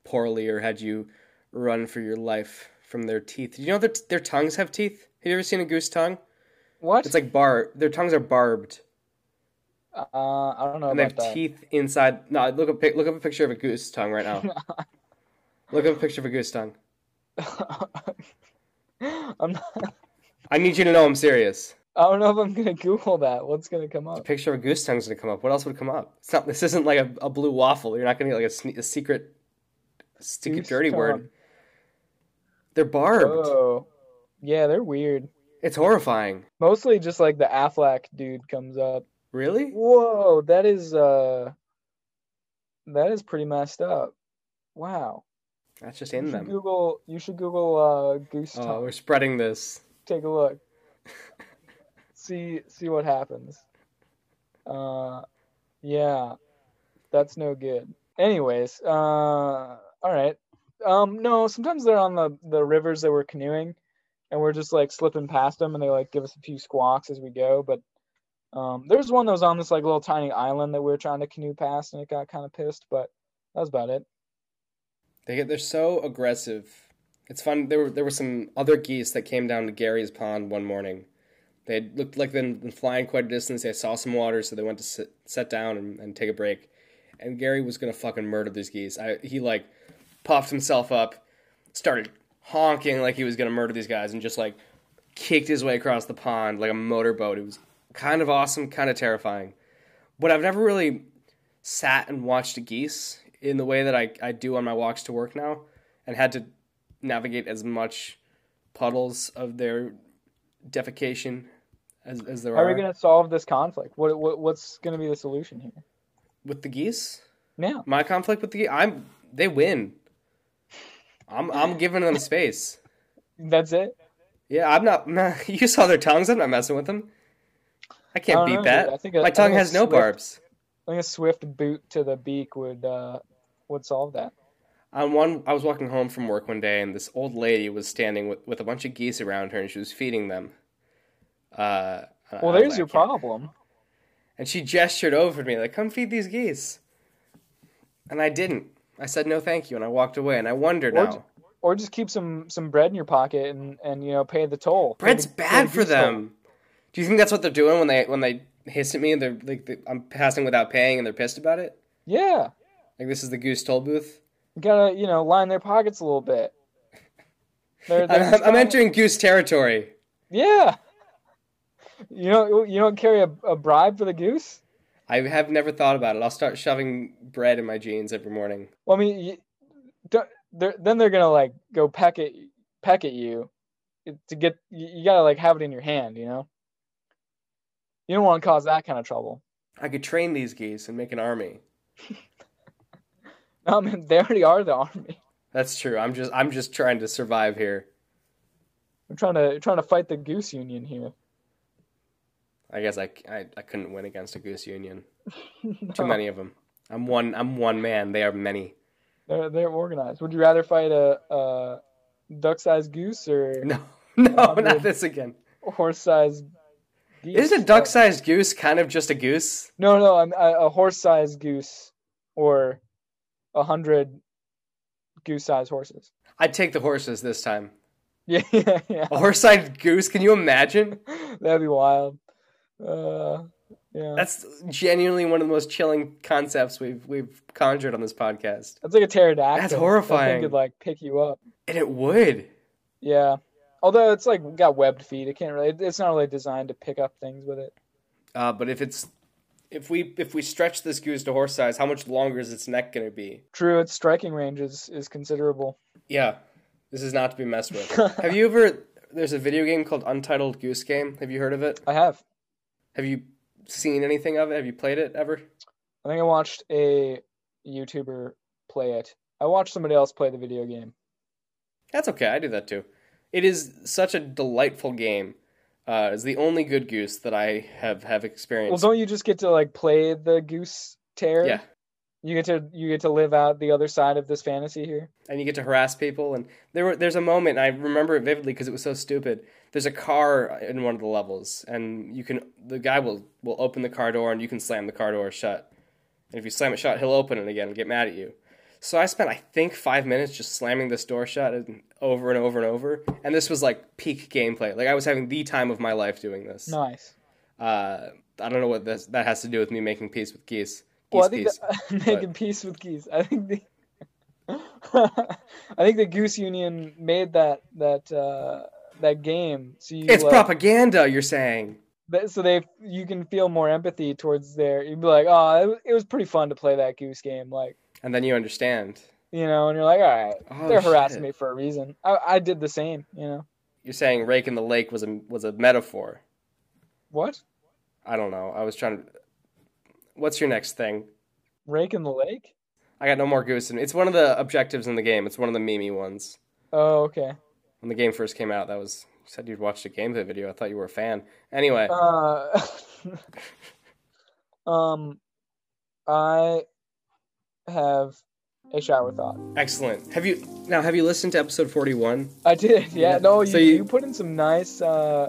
Speaker 1: poorly, or had you run for your life from their teeth. Do you know that their tongues have teeth? Have you ever seen a goose tongue?
Speaker 2: What?
Speaker 1: It's like bar. Their tongues are barbed,
Speaker 2: uh, I don't know
Speaker 1: and they
Speaker 2: about
Speaker 1: have
Speaker 2: that.
Speaker 1: teeth inside. No, look up pic- look up a picture of a goose tongue right
Speaker 2: *laughs*
Speaker 1: now. look up a picture of a goose tongue.
Speaker 2: *laughs* I'm not,
Speaker 1: I need you to know I'm serious.
Speaker 2: I don't know if I'm gonna Google that. What's gonna come
Speaker 1: A
Speaker 2: up?
Speaker 1: picture of a goose tongue's gonna come up. What else would come up? It's not. This isn't like a, a blue waffle. You're not gonna get like a, sne- a secret, secret
Speaker 2: Goose
Speaker 1: dirty
Speaker 2: tongue.
Speaker 1: word. They're barbed.
Speaker 2: Oh, yeah, they're weird.
Speaker 1: It's horrifying.
Speaker 2: Mostly just like the Affleck dude comes up.
Speaker 1: Really?
Speaker 2: Whoa, that is uh, that is pretty messed up. Wow.
Speaker 1: That's just
Speaker 2: You
Speaker 1: in
Speaker 2: should
Speaker 1: them.
Speaker 2: Google. You should Google uh, goose
Speaker 1: Oh,
Speaker 2: tongue.
Speaker 1: we're spreading this.
Speaker 2: Take a look. see see what happens. Uh, yeah, that's no good. Anyways, uh, all right. Um, no, sometimes they're on the the rivers that we're canoeing, and we're just like slipping past them, and they like give us a few squawks as we go. But um, there's one that was on this like little tiny island that we were trying to canoe past, and it got kind of pissed. But that was about it.
Speaker 1: They get they're so aggressive. It's fun. There were there were some other geese that came down to Gary's pond one morning. They had looked like they'd been flying quite a distance. They saw some water, so they went to sit, set down and, and take a break. And Gary was gonna fucking murder these geese. I he like puffed himself up, started honking like he was gonna murder these guys, and just like kicked his way across the pond like a motorboat. It was kind of awesome, kind of terrifying. But I've never really sat and watched geese in the way that I, I do on my walks to work now and had to navigate as much puddles of their defecation as, as there
Speaker 2: How
Speaker 1: are,
Speaker 2: are we gonna solve this conflict? What, what what's gonna be the solution here?
Speaker 1: with the geese.
Speaker 2: Yeah.
Speaker 1: My conflict with the geese, I'm they win. I'm I'm giving them space.
Speaker 2: That's it.
Speaker 1: Yeah, I'm not. *laughs* nah, you saw their tongues. I'm not messing with them. I can't
Speaker 2: I don't
Speaker 1: beat
Speaker 2: know,
Speaker 1: that.
Speaker 2: dude. I think a-
Speaker 1: my
Speaker 2: I
Speaker 1: tongue
Speaker 2: think a
Speaker 1: has no
Speaker 2: swift-
Speaker 1: barbs.
Speaker 2: I think a swift boot to the beak would uh, would solve that.
Speaker 1: On one, I was walking home from work one day, and this old lady was standing with, with a bunch of geese around her, and she was feeding them. Uh, I-
Speaker 2: Well,
Speaker 1: I was
Speaker 2: there's
Speaker 1: like,
Speaker 2: your
Speaker 1: "I can't-"
Speaker 2: problem.
Speaker 1: And she gestured over to me, like, "Come feed these geese." And I didn't. I said no, thank you, and I walked away. And I wonder
Speaker 2: Or
Speaker 1: now.
Speaker 2: ju- Or just keep some some bread in your pocket and and you know pay the toll. Pay
Speaker 1: Bread's
Speaker 2: the- pay
Speaker 1: bad
Speaker 2: the
Speaker 1: for
Speaker 2: goose toll.
Speaker 1: them. Do you think that's what they're doing when they when they hiss at me and they're like, they, I'm passing without paying, and they're pissed about it?
Speaker 2: Yeah,
Speaker 1: Like this is the goose toll booth.
Speaker 2: you gotta you know line their pockets a little bit. They're- they're
Speaker 1: I'm,
Speaker 2: just
Speaker 1: *laughs* I'm
Speaker 2: trying-
Speaker 1: entering goose territory.
Speaker 2: Yeah. You don't you don't carry a, a bribe for the goose?
Speaker 1: I have never thought about it. I'll start shoving bread in my jeans every morning.
Speaker 2: Well, I mean, you, don't, they're, then they're gonna like go peck at peck at you eh, to get. You, you gotta like have it in your hand, you know. You don't want to cause that kind of trouble. *laughs*
Speaker 1: I could train these geese and make an army.
Speaker 2: No, I mean they already are the army.
Speaker 1: That's true. I'm just I'm just trying to survive here.
Speaker 2: We're trying to trying to fight the goose union here.
Speaker 1: I guess I, I, I couldn't win against a goose
Speaker 2: *laughs*
Speaker 1: union. Too
Speaker 2: No,
Speaker 1: many of them. I'm one I'm one man. They are many. *laughs*
Speaker 2: They're they're organized. Would you rather fight a, a duck-sized goose or
Speaker 1: No, no,
Speaker 2: Hundred.
Speaker 1: not this again.
Speaker 2: a horse-sized? Geese?
Speaker 1: Isn't a duck-sized goose kind of just a goose?
Speaker 2: No, no, I'm- a, a horse-sized goose or a hundred goose-sized horses. *laughs*
Speaker 1: I'd take the horses this time.
Speaker 2: Yeah, yeah, yeah.
Speaker 1: A horse-sized goose? Can you imagine?
Speaker 2: Uh-huh. *laughs* That'd be wild. Uh, yeah, that's,
Speaker 1: That's genuinely one of the most chilling concepts we've we've conjured on this podcast.
Speaker 2: like a pterodactyl.
Speaker 1: That's
Speaker 2: That thing
Speaker 1: horrifying.
Speaker 2: Could like pick you up.
Speaker 1: And it would.
Speaker 2: Yeah. Although it's like got webbed feet, it can't really. It's not really designed to pick up things with it.
Speaker 1: Uh, but if it's if we if we stretch this goose to horse size, how much longer is its neck going to be?
Speaker 2: True, its striking range is, is considerable.
Speaker 1: Yeah, this is not to be messed with. have you ever? There's a video game called Untitled Goose Game. Have you heard of it?
Speaker 2: I have.
Speaker 1: Have you seen anything of it? Have you played it ever?
Speaker 2: I think I watched a YouTuber play it. I watched somebody else play the video game.
Speaker 1: That's okay. I do that too. It is such a delightful game. Uh, it's the only good goose that I have have
Speaker 2: Well,
Speaker 1: experienced.
Speaker 2: don't you just get to like play the goose tear?
Speaker 1: yeah,
Speaker 2: You get to you get to live out the other side of this fantasy here.
Speaker 1: and you get to harass people. And there were there's a moment I remember it vividly because it was so stupid. There's a car in one of the levels, and you can the guy will will open the car door, and you can slam the car door shut. And if you slam it shut, he'll open it again and get mad at you. So I spent I think five minutes just slamming this door shut and over and over and over. And this was like peak gameplay. Like I was having the time of my life doing this.
Speaker 2: Nice.
Speaker 1: Uh, I don't know what this, that has to do with me making peace with geese. Geese
Speaker 2: well, *laughs* I think uh,
Speaker 1: peace.
Speaker 2: the, making peace with geese. I think the *laughs* I think the Goose Union made that that uh, that game. So you uh,
Speaker 1: It's
Speaker 2: like,
Speaker 1: propaganda. You're saying.
Speaker 2: that- so they you can feel more empathy towards their. You'd be like, oh, it was, it was pretty fun to play that Goose game. Like
Speaker 1: And then you understand.
Speaker 2: you know, and you're like, all right,
Speaker 1: Oh,
Speaker 2: they're
Speaker 1: shit.
Speaker 2: harassing me for a reason. I, I did the same. You know
Speaker 1: You're saying rake in the lake was a was a metaphor.
Speaker 2: what?
Speaker 1: I don't know. I was trying to. What's your next thing?
Speaker 2: Rake in the lake.
Speaker 1: I got no more goose. And it's one of the objectives in the game. It's one of the memey ones.
Speaker 2: Oh, okay.
Speaker 1: When the game first came out, that was you said you'd watched a gameplay video. I thought you were a fan. Anyway,
Speaker 2: Uh, *laughs* um, I have a shower thought.
Speaker 1: excellent. Have you now? Have you listened to episode forty one?
Speaker 2: I did, yeah.
Speaker 1: Yeah.
Speaker 2: No, you,
Speaker 1: So
Speaker 2: you,
Speaker 1: you-
Speaker 2: put in some nice. Uh,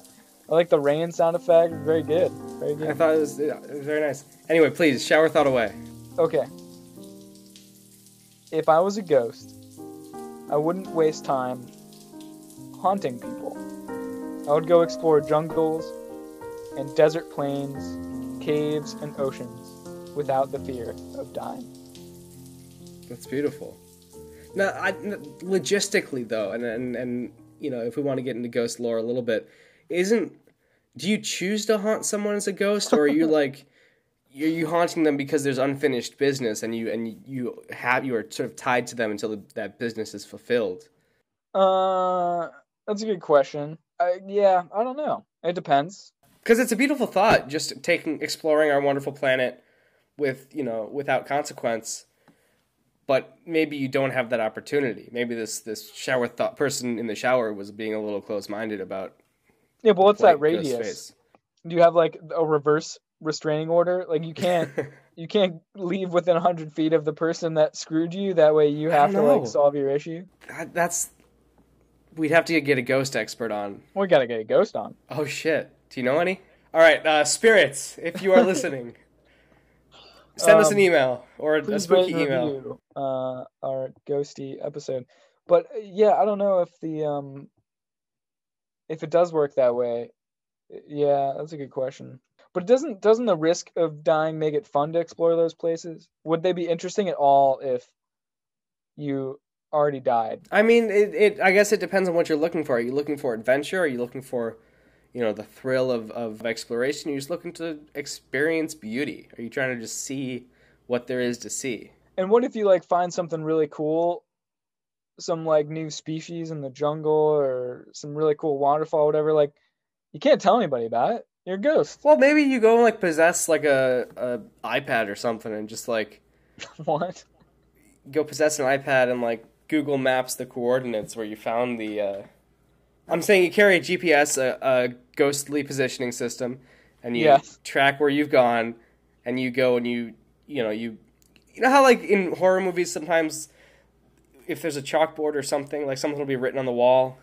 Speaker 2: I like the rain sound effect. Very good. Very
Speaker 1: I
Speaker 2: good.
Speaker 1: thought it was, it was very nice. Anyway, please shower thought away.
Speaker 2: Okay. If I was a ghost, I wouldn't waste time haunting people. I would go explore jungles and desert plains, caves and oceans without the fear of dying.
Speaker 1: That's beautiful. Now, I, n- logistically though, and, and and you know, if we want to get into ghost lore a little bit, isn't do you choose to haunt someone as a ghost, or are you like are you haunting them because there's unfinished business, and you and you have you are sort of tied to them until the, that business is fulfilled?
Speaker 2: Uh, that's a good question. I, yeah, I don't know. It depends.
Speaker 1: Because it's a beautiful thought, just taking exploring our wonderful planet with you know without consequence. But maybe you don't have that opportunity. Maybe this this shower thought person in the shower was being a little close minded about
Speaker 2: Yeah, but what's that
Speaker 1: like, ghost
Speaker 2: *laughs* radius? Do you have like a reverse restraining order? Like
Speaker 1: *laughs*
Speaker 2: you can't
Speaker 1: face.
Speaker 2: you can't leave within hundred feet of the person that screwed you. That way you have to
Speaker 1: know.
Speaker 2: like solve your issue.
Speaker 1: That- that's we'd have to get a ghost expert on.
Speaker 2: We gotta get a ghost on.
Speaker 1: Oh shit! Do you know any? All right, uh, spirits, if
Speaker 2: *laughs*
Speaker 1: you are listening, send us an
Speaker 2: Um,
Speaker 1: email or a, a
Speaker 2: Please rate
Speaker 1: spooky
Speaker 2: and
Speaker 1: email.
Speaker 2: review uh, our ghosty episode. But uh, yeah, I don't know if the um if it does work that way. Yeah, that's a good question. But it doesn't doesn't the risk of dying make it fun to explore those places? Would they be interesting at all if you already died?
Speaker 1: I mean, it, it. I guess it depends on what you're looking for. Are you looking for adventure? Are you looking for, you know, the thrill of of exploration? You're just looking to experience beauty. Are you trying to just see what there is to see?
Speaker 2: And what if you like find something really cool, some like new species in the jungle or some really cool waterfall, or whatever? Like, you can't tell anybody about it. You're a ghost. *laughs*
Speaker 1: Well, maybe you go and like possess like a, a iPad or something, and just like
Speaker 2: What?
Speaker 1: go possess an iPad and like Google Maps the coordinates where you found the. Uh... I'm saying you carry a GPS, a, a ghostly positioning system, and you
Speaker 2: Yes.
Speaker 1: track where you've gone, and you go and you you know you you know how like in horror movies sometimes if there's a chalkboard or something like something will be written on the wall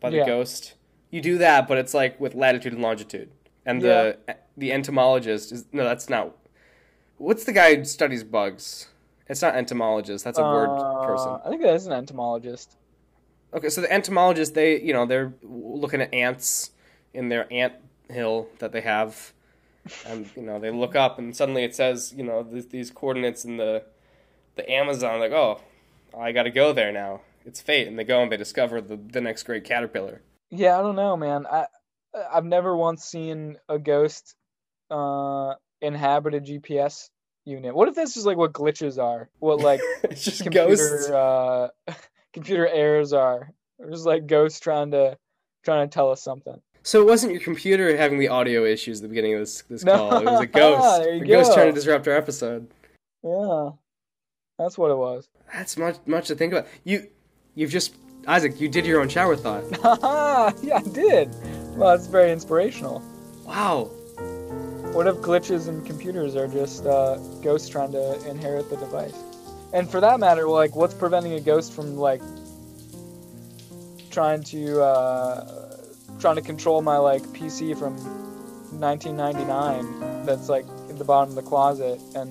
Speaker 1: by the
Speaker 2: Yeah.
Speaker 1: ghost. You do that, but it's like with latitude and longitude, and the e, the entomologist is no, that's not. What's the guy who studies bugs? It's not entomologist. That's a word person.
Speaker 2: Uh, I think that is an entomologist.
Speaker 1: Okay, so the entomologists, they, you know, they're looking at ants in their ant hill that they have. And, you know, they look up and suddenly it says, you know, th- these coordinates in the, the Amazon. Like, oh, I got to go there now. It's fate. And they go and they discover the, the next great caterpillar. *laughs*
Speaker 2: Yeah, I don't know, man. I I- I've never once seen a ghost uh inhabit a GPS unit. What if that's just like what glitches are? What like
Speaker 1: it's just *laughs* ghosts.
Speaker 2: computer uh *laughs* computer errors are? Or just like ghosts trying to trying to tell us something.
Speaker 1: So it wasn't your computer having the audio issues at the beginning of this, this
Speaker 2: No.
Speaker 1: call.
Speaker 2: Ah,
Speaker 1: It
Speaker 2: *laughs*
Speaker 1: was a ghost.
Speaker 2: There
Speaker 1: A
Speaker 2: you
Speaker 1: ghost
Speaker 2: go.
Speaker 1: trying to disrupt our episode.
Speaker 2: Yeah. That's what it was. *laughs*
Speaker 1: That's much, much to think about. You, you've just, Isaac, you did your own shower thought.
Speaker 2: yeah, I did. Well, that's very inspirational.
Speaker 1: Wow.
Speaker 2: What if glitches in computers are just uh, ghosts trying to inherit the device? And for that matter, like, what's preventing a ghost from like trying to uh, trying to control my like PC from 1999 that's like at the bottom of the closet? And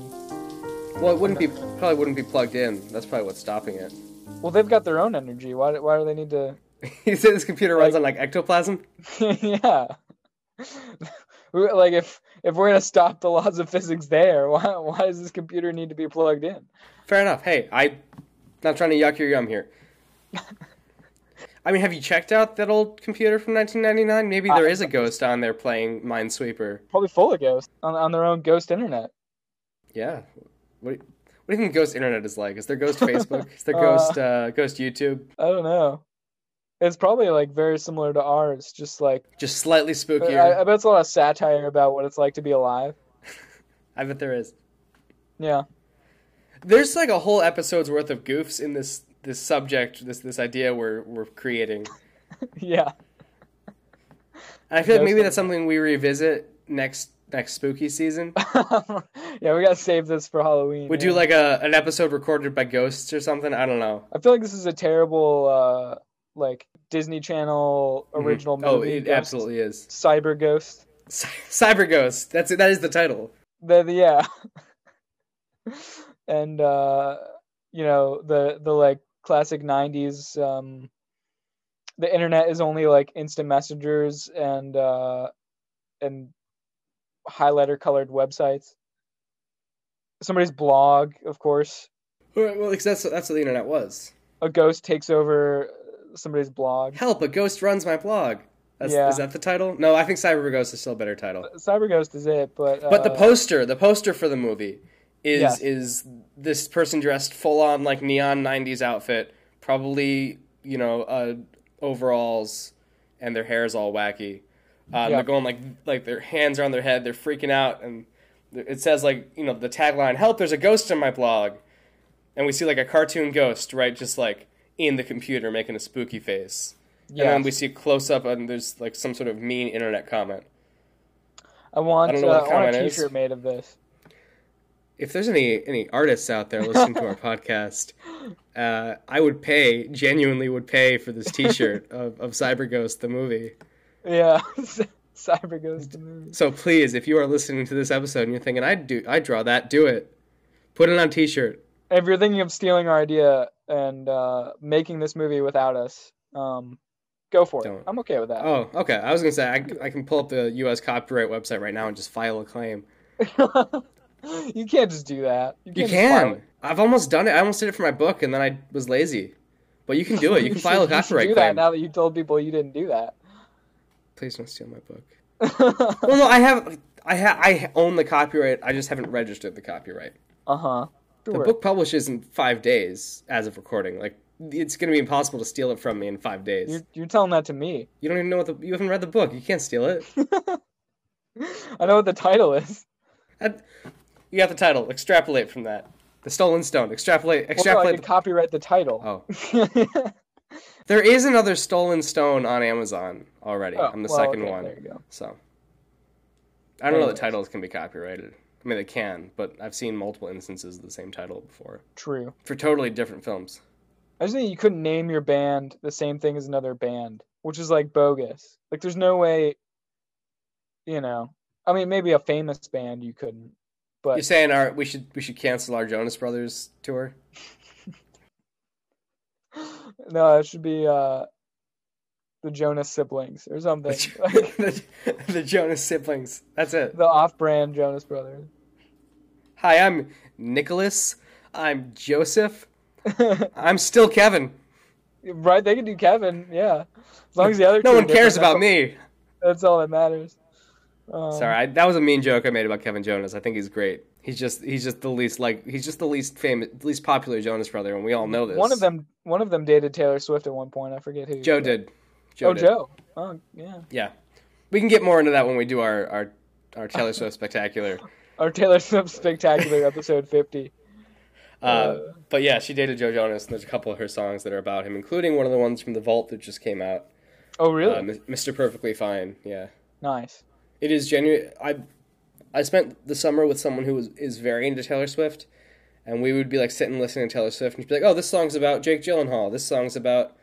Speaker 1: Well, it wouldn't be probably wouldn't be plugged in. That's probably what's stopping it. *laughs*
Speaker 2: well, they've got their own energy. Why? do- Why do they need to? *laughs*
Speaker 1: you said this computer runs on like ectoplasm.
Speaker 2: yeah. *laughs* We- like if if we're gonna stop the laws of physics there, why why does this computer need to be plugged in?
Speaker 1: Fair enough. Hey, I not trying to yuck your yum
Speaker 2: *laughs*
Speaker 1: here. I mean, have you checked out that old computer from 1999? Maybe there
Speaker 2: I-
Speaker 1: is a ghost on there playing Minesweeper.
Speaker 2: Probably full of ghosts on on their own ghost internet.
Speaker 1: Yeah. What do you, what do you think ghost internet is like? Is there
Speaker 2: *laughs*
Speaker 1: ghost Facebook? Is there ghost uh, ghost YouTube?
Speaker 2: I don't know. It's probably like very similar to ours, just like
Speaker 1: Just slightly
Speaker 2: I,
Speaker 1: spookier.
Speaker 2: I bet it's a lot of satire about what it's like to be alive.
Speaker 1: I bet there is.
Speaker 2: Yeah. *laughs*
Speaker 1: There's like a whole episode's worth of goofs in this this subject, this this idea we're we're creating.
Speaker 2: Yeah. *laughs*
Speaker 1: And I feel like
Speaker 2: Ghost
Speaker 1: maybe that's
Speaker 2: internet.
Speaker 1: something we revisit next next spooky
Speaker 2: *laughs*
Speaker 1: season.
Speaker 2: yeah, we gotta save this for Halloween.
Speaker 1: Would
Speaker 2: yeah.
Speaker 1: you like a an episode recorded by ghosts or something? I don't know.
Speaker 2: I feel like this is a terrible uh like Disney Channel
Speaker 1: Mhm.
Speaker 2: original movie.
Speaker 1: Oh, it
Speaker 2: ghost-
Speaker 1: absolutely is.
Speaker 2: Cyber Ghost.
Speaker 1: Cy- Cyber Ghost. That's it. That is the title.
Speaker 2: the, the yeah *laughs* and uh you know the the like classic 90s um the internet is only like instant messengers and uh and highlighter colored websites somebody's blog of course
Speaker 1: All right, Well, because that's that's what the internet was.
Speaker 2: a ghost takes over somebody's blog
Speaker 1: Help! A ghost runs my blog. That's,
Speaker 2: Yeah.
Speaker 1: Is that the title? No, I think Cyber Ghost is still a better title.
Speaker 2: cyber ghost is it but
Speaker 1: But the
Speaker 2: uh,
Speaker 1: poster, the poster for the movie is
Speaker 2: Yes.
Speaker 1: is this person dressed full on like neon '90s outfit, probably you know uh, overalls, and their hair's all wacky. Uh, and
Speaker 2: Yeah.
Speaker 1: They're going like like their hands are on their head, they're freaking out, and th- it says like you know the tagline, "Help! There's a ghost in my blog," and we see like a cartoon ghost, right, just like in the computer making a spooky face. And
Speaker 2: yeah
Speaker 1: then we see a close up, and there's like some sort of mean internet comment.
Speaker 2: i want
Speaker 1: I don't
Speaker 2: uh,
Speaker 1: know what
Speaker 2: I want
Speaker 1: comment
Speaker 2: a
Speaker 1: is.
Speaker 2: t-shirt made of this
Speaker 1: if there's any any artists out there listening
Speaker 2: *laughs*
Speaker 1: to our podcast, uh, I would pay genuinely would pay for this
Speaker 2: *laughs*
Speaker 1: T-shirt of of Cyber Ghost the movie.
Speaker 2: yeah *laughs* cyber ghost the movie
Speaker 1: So please, if you are listening to this episode and you're thinking I'd do I'd draw that, do it. Put it on a T-shirt.
Speaker 2: if you're thinking of stealing our idea and uh, making this movie without us, um, go for
Speaker 1: Don't.
Speaker 2: it. I'm okay with that.
Speaker 1: Oh, okay. I was gonna say I, I can pull up the U.S. copyright website right now and just file a claim.
Speaker 2: *laughs* you can't just do that.
Speaker 1: Oh. You
Speaker 2: just file
Speaker 1: can. I've almost done it. I almost did it for my book, and then I was lazy. But you can do
Speaker 2: it. *laughs*
Speaker 1: it. You can file a
Speaker 2: should- should
Speaker 1: copyright
Speaker 2: do
Speaker 1: claim.
Speaker 2: that now that you told people you didn't do that. *laughs*
Speaker 1: Please don't steal my book. Well, no, I have. I ha- I own the copyright. I just haven't registered the copyright.
Speaker 2: uh huh.
Speaker 1: The book publishes in five days as of recording. Like it's going to be impossible to steal it from me in five days.
Speaker 2: You're,
Speaker 1: you
Speaker 2: you're telling that to me.
Speaker 1: don't even know what the you haven't read the book. You can't steal
Speaker 2: *laughs*
Speaker 1: it.
Speaker 2: I know what the title is.
Speaker 1: That- you got the title. Extrapolate from that. The stolen stone. Extrapolate.
Speaker 2: Well, no, I
Speaker 1: Extrapolate.
Speaker 2: could copyright the title.
Speaker 1: oh,
Speaker 2: *laughs*
Speaker 1: there is another stolen stone on Amazon already.
Speaker 2: Oh,
Speaker 1: I'm the
Speaker 2: well,
Speaker 1: second
Speaker 2: okay,
Speaker 1: one.
Speaker 2: There you go.
Speaker 1: So I don't know that
Speaker 2: Anyways.
Speaker 1: titles can be copyrighted. I mean, they can, but I've seen multiple instances of the same title before
Speaker 2: True.
Speaker 1: for totally different films.
Speaker 2: I just think you couldn't name your band the same thing as another band, which is like bogus. Like there's no way you know. I mean maybe a famous band you couldn't.
Speaker 1: You're
Speaker 2: But
Speaker 1: saying our we should we should cancel our Jonas Brothers
Speaker 2: *laughs*
Speaker 1: tour?
Speaker 2: no, it should be uh the Jonas siblings
Speaker 1: *laughs*
Speaker 2: or something. Like,
Speaker 1: the, the Jonas siblings. That's it.
Speaker 2: the off brand Jonas brothers. *laughs*
Speaker 1: Hi, I'm Nicholas. I'm Joseph. I'm still Kevin.
Speaker 2: right, they could do Kevin, yeah. As long as the other
Speaker 1: No
Speaker 2: two
Speaker 1: one
Speaker 2: are
Speaker 1: cares
Speaker 2: different,
Speaker 1: about
Speaker 2: that's
Speaker 1: me.
Speaker 2: all- That's all that matters. Um,
Speaker 1: Sorry, I, that was a mean joke I made about Kevin Jonas. I think he's great. He's just he's just the least like he's just the least famous, least popular Jonas brother, and we all know this.
Speaker 2: One of them one of them dated Taylor Swift at one point, I forget who.
Speaker 1: Joe
Speaker 2: but-
Speaker 1: did.
Speaker 2: Oh
Speaker 1: did.
Speaker 2: Joe. Oh yeah.
Speaker 1: Yeah, we can get more into that when we do our our, our Taylor Swift *laughs* spectacular.
Speaker 2: Our Taylor
Speaker 1: *laughs*
Speaker 2: Swift spectacular episode fifty.
Speaker 1: Uh, but yeah, she dated Joe Jonas, and there's a couple of her songs that are about him, including one of the ones from The Vault that just came out,
Speaker 2: Oh
Speaker 1: uh,
Speaker 2: really?
Speaker 1: M- "Mr. Perfectly Fine." Yeah,
Speaker 2: nice.
Speaker 1: it is genuine. I I spent the summer with someone who was, is very into Taylor Swift, and we would be like sitting listening to Taylor Swift, and she'd be like, "Oh, this song's about Jake Gyllenhaal. This song's about,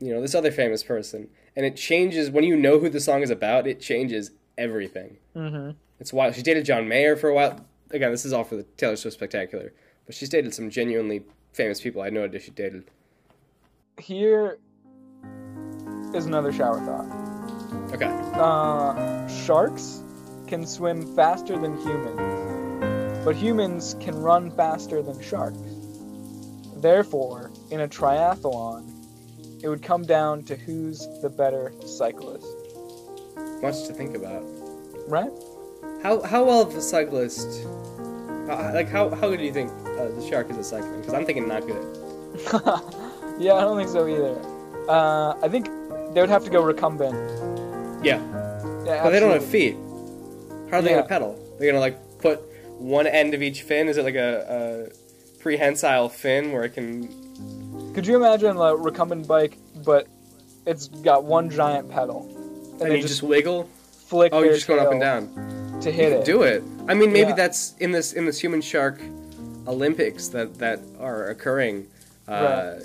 Speaker 1: you know, this other famous person." And it changes when you know who the song is about. It changes everything.
Speaker 2: Mm-hmm.
Speaker 1: It's wild. She dated John Mayer for a while. Again, this is all for the Taylor Swift Spectacular, but she's dated some genuinely famous people. I had no idea she dated.
Speaker 2: Here is another shower thought.
Speaker 1: Okay.
Speaker 2: Uh, sharks can swim faster than humans, but humans can run faster than sharks. Therefore, in a triathlon, it would come down to who's the better cyclist,
Speaker 1: Much to think about.
Speaker 2: right?
Speaker 1: How how well of a cyclist? how- Like how how good do you think uh, the shark is at cycling? Because I'm thinking not good.
Speaker 2: *laughs* yeah, I don't think so either. Uh, I think they would have to go recumbent.
Speaker 1: Yeah,
Speaker 2: Yeah,
Speaker 1: but they don't have
Speaker 2: absolutely.
Speaker 1: feet. How are they
Speaker 2: Yeah.
Speaker 1: gonna pedal? They're gonna like put one end of each fin. Is it like a, a prehensile fin where it can?
Speaker 2: Could you imagine a recumbent bike, but it's got one giant pedal, and,
Speaker 1: And
Speaker 2: they
Speaker 1: you
Speaker 2: just,
Speaker 1: just wiggle.
Speaker 2: flick?
Speaker 1: Oh,
Speaker 2: their
Speaker 1: you're just going up
Speaker 2: tail
Speaker 1: and down.
Speaker 2: to
Speaker 1: You
Speaker 2: hit
Speaker 1: can
Speaker 2: it.
Speaker 1: do it. I mean, maybe
Speaker 2: Yeah.
Speaker 1: that's in this in this human shark Olympics that that are occurring. Uh,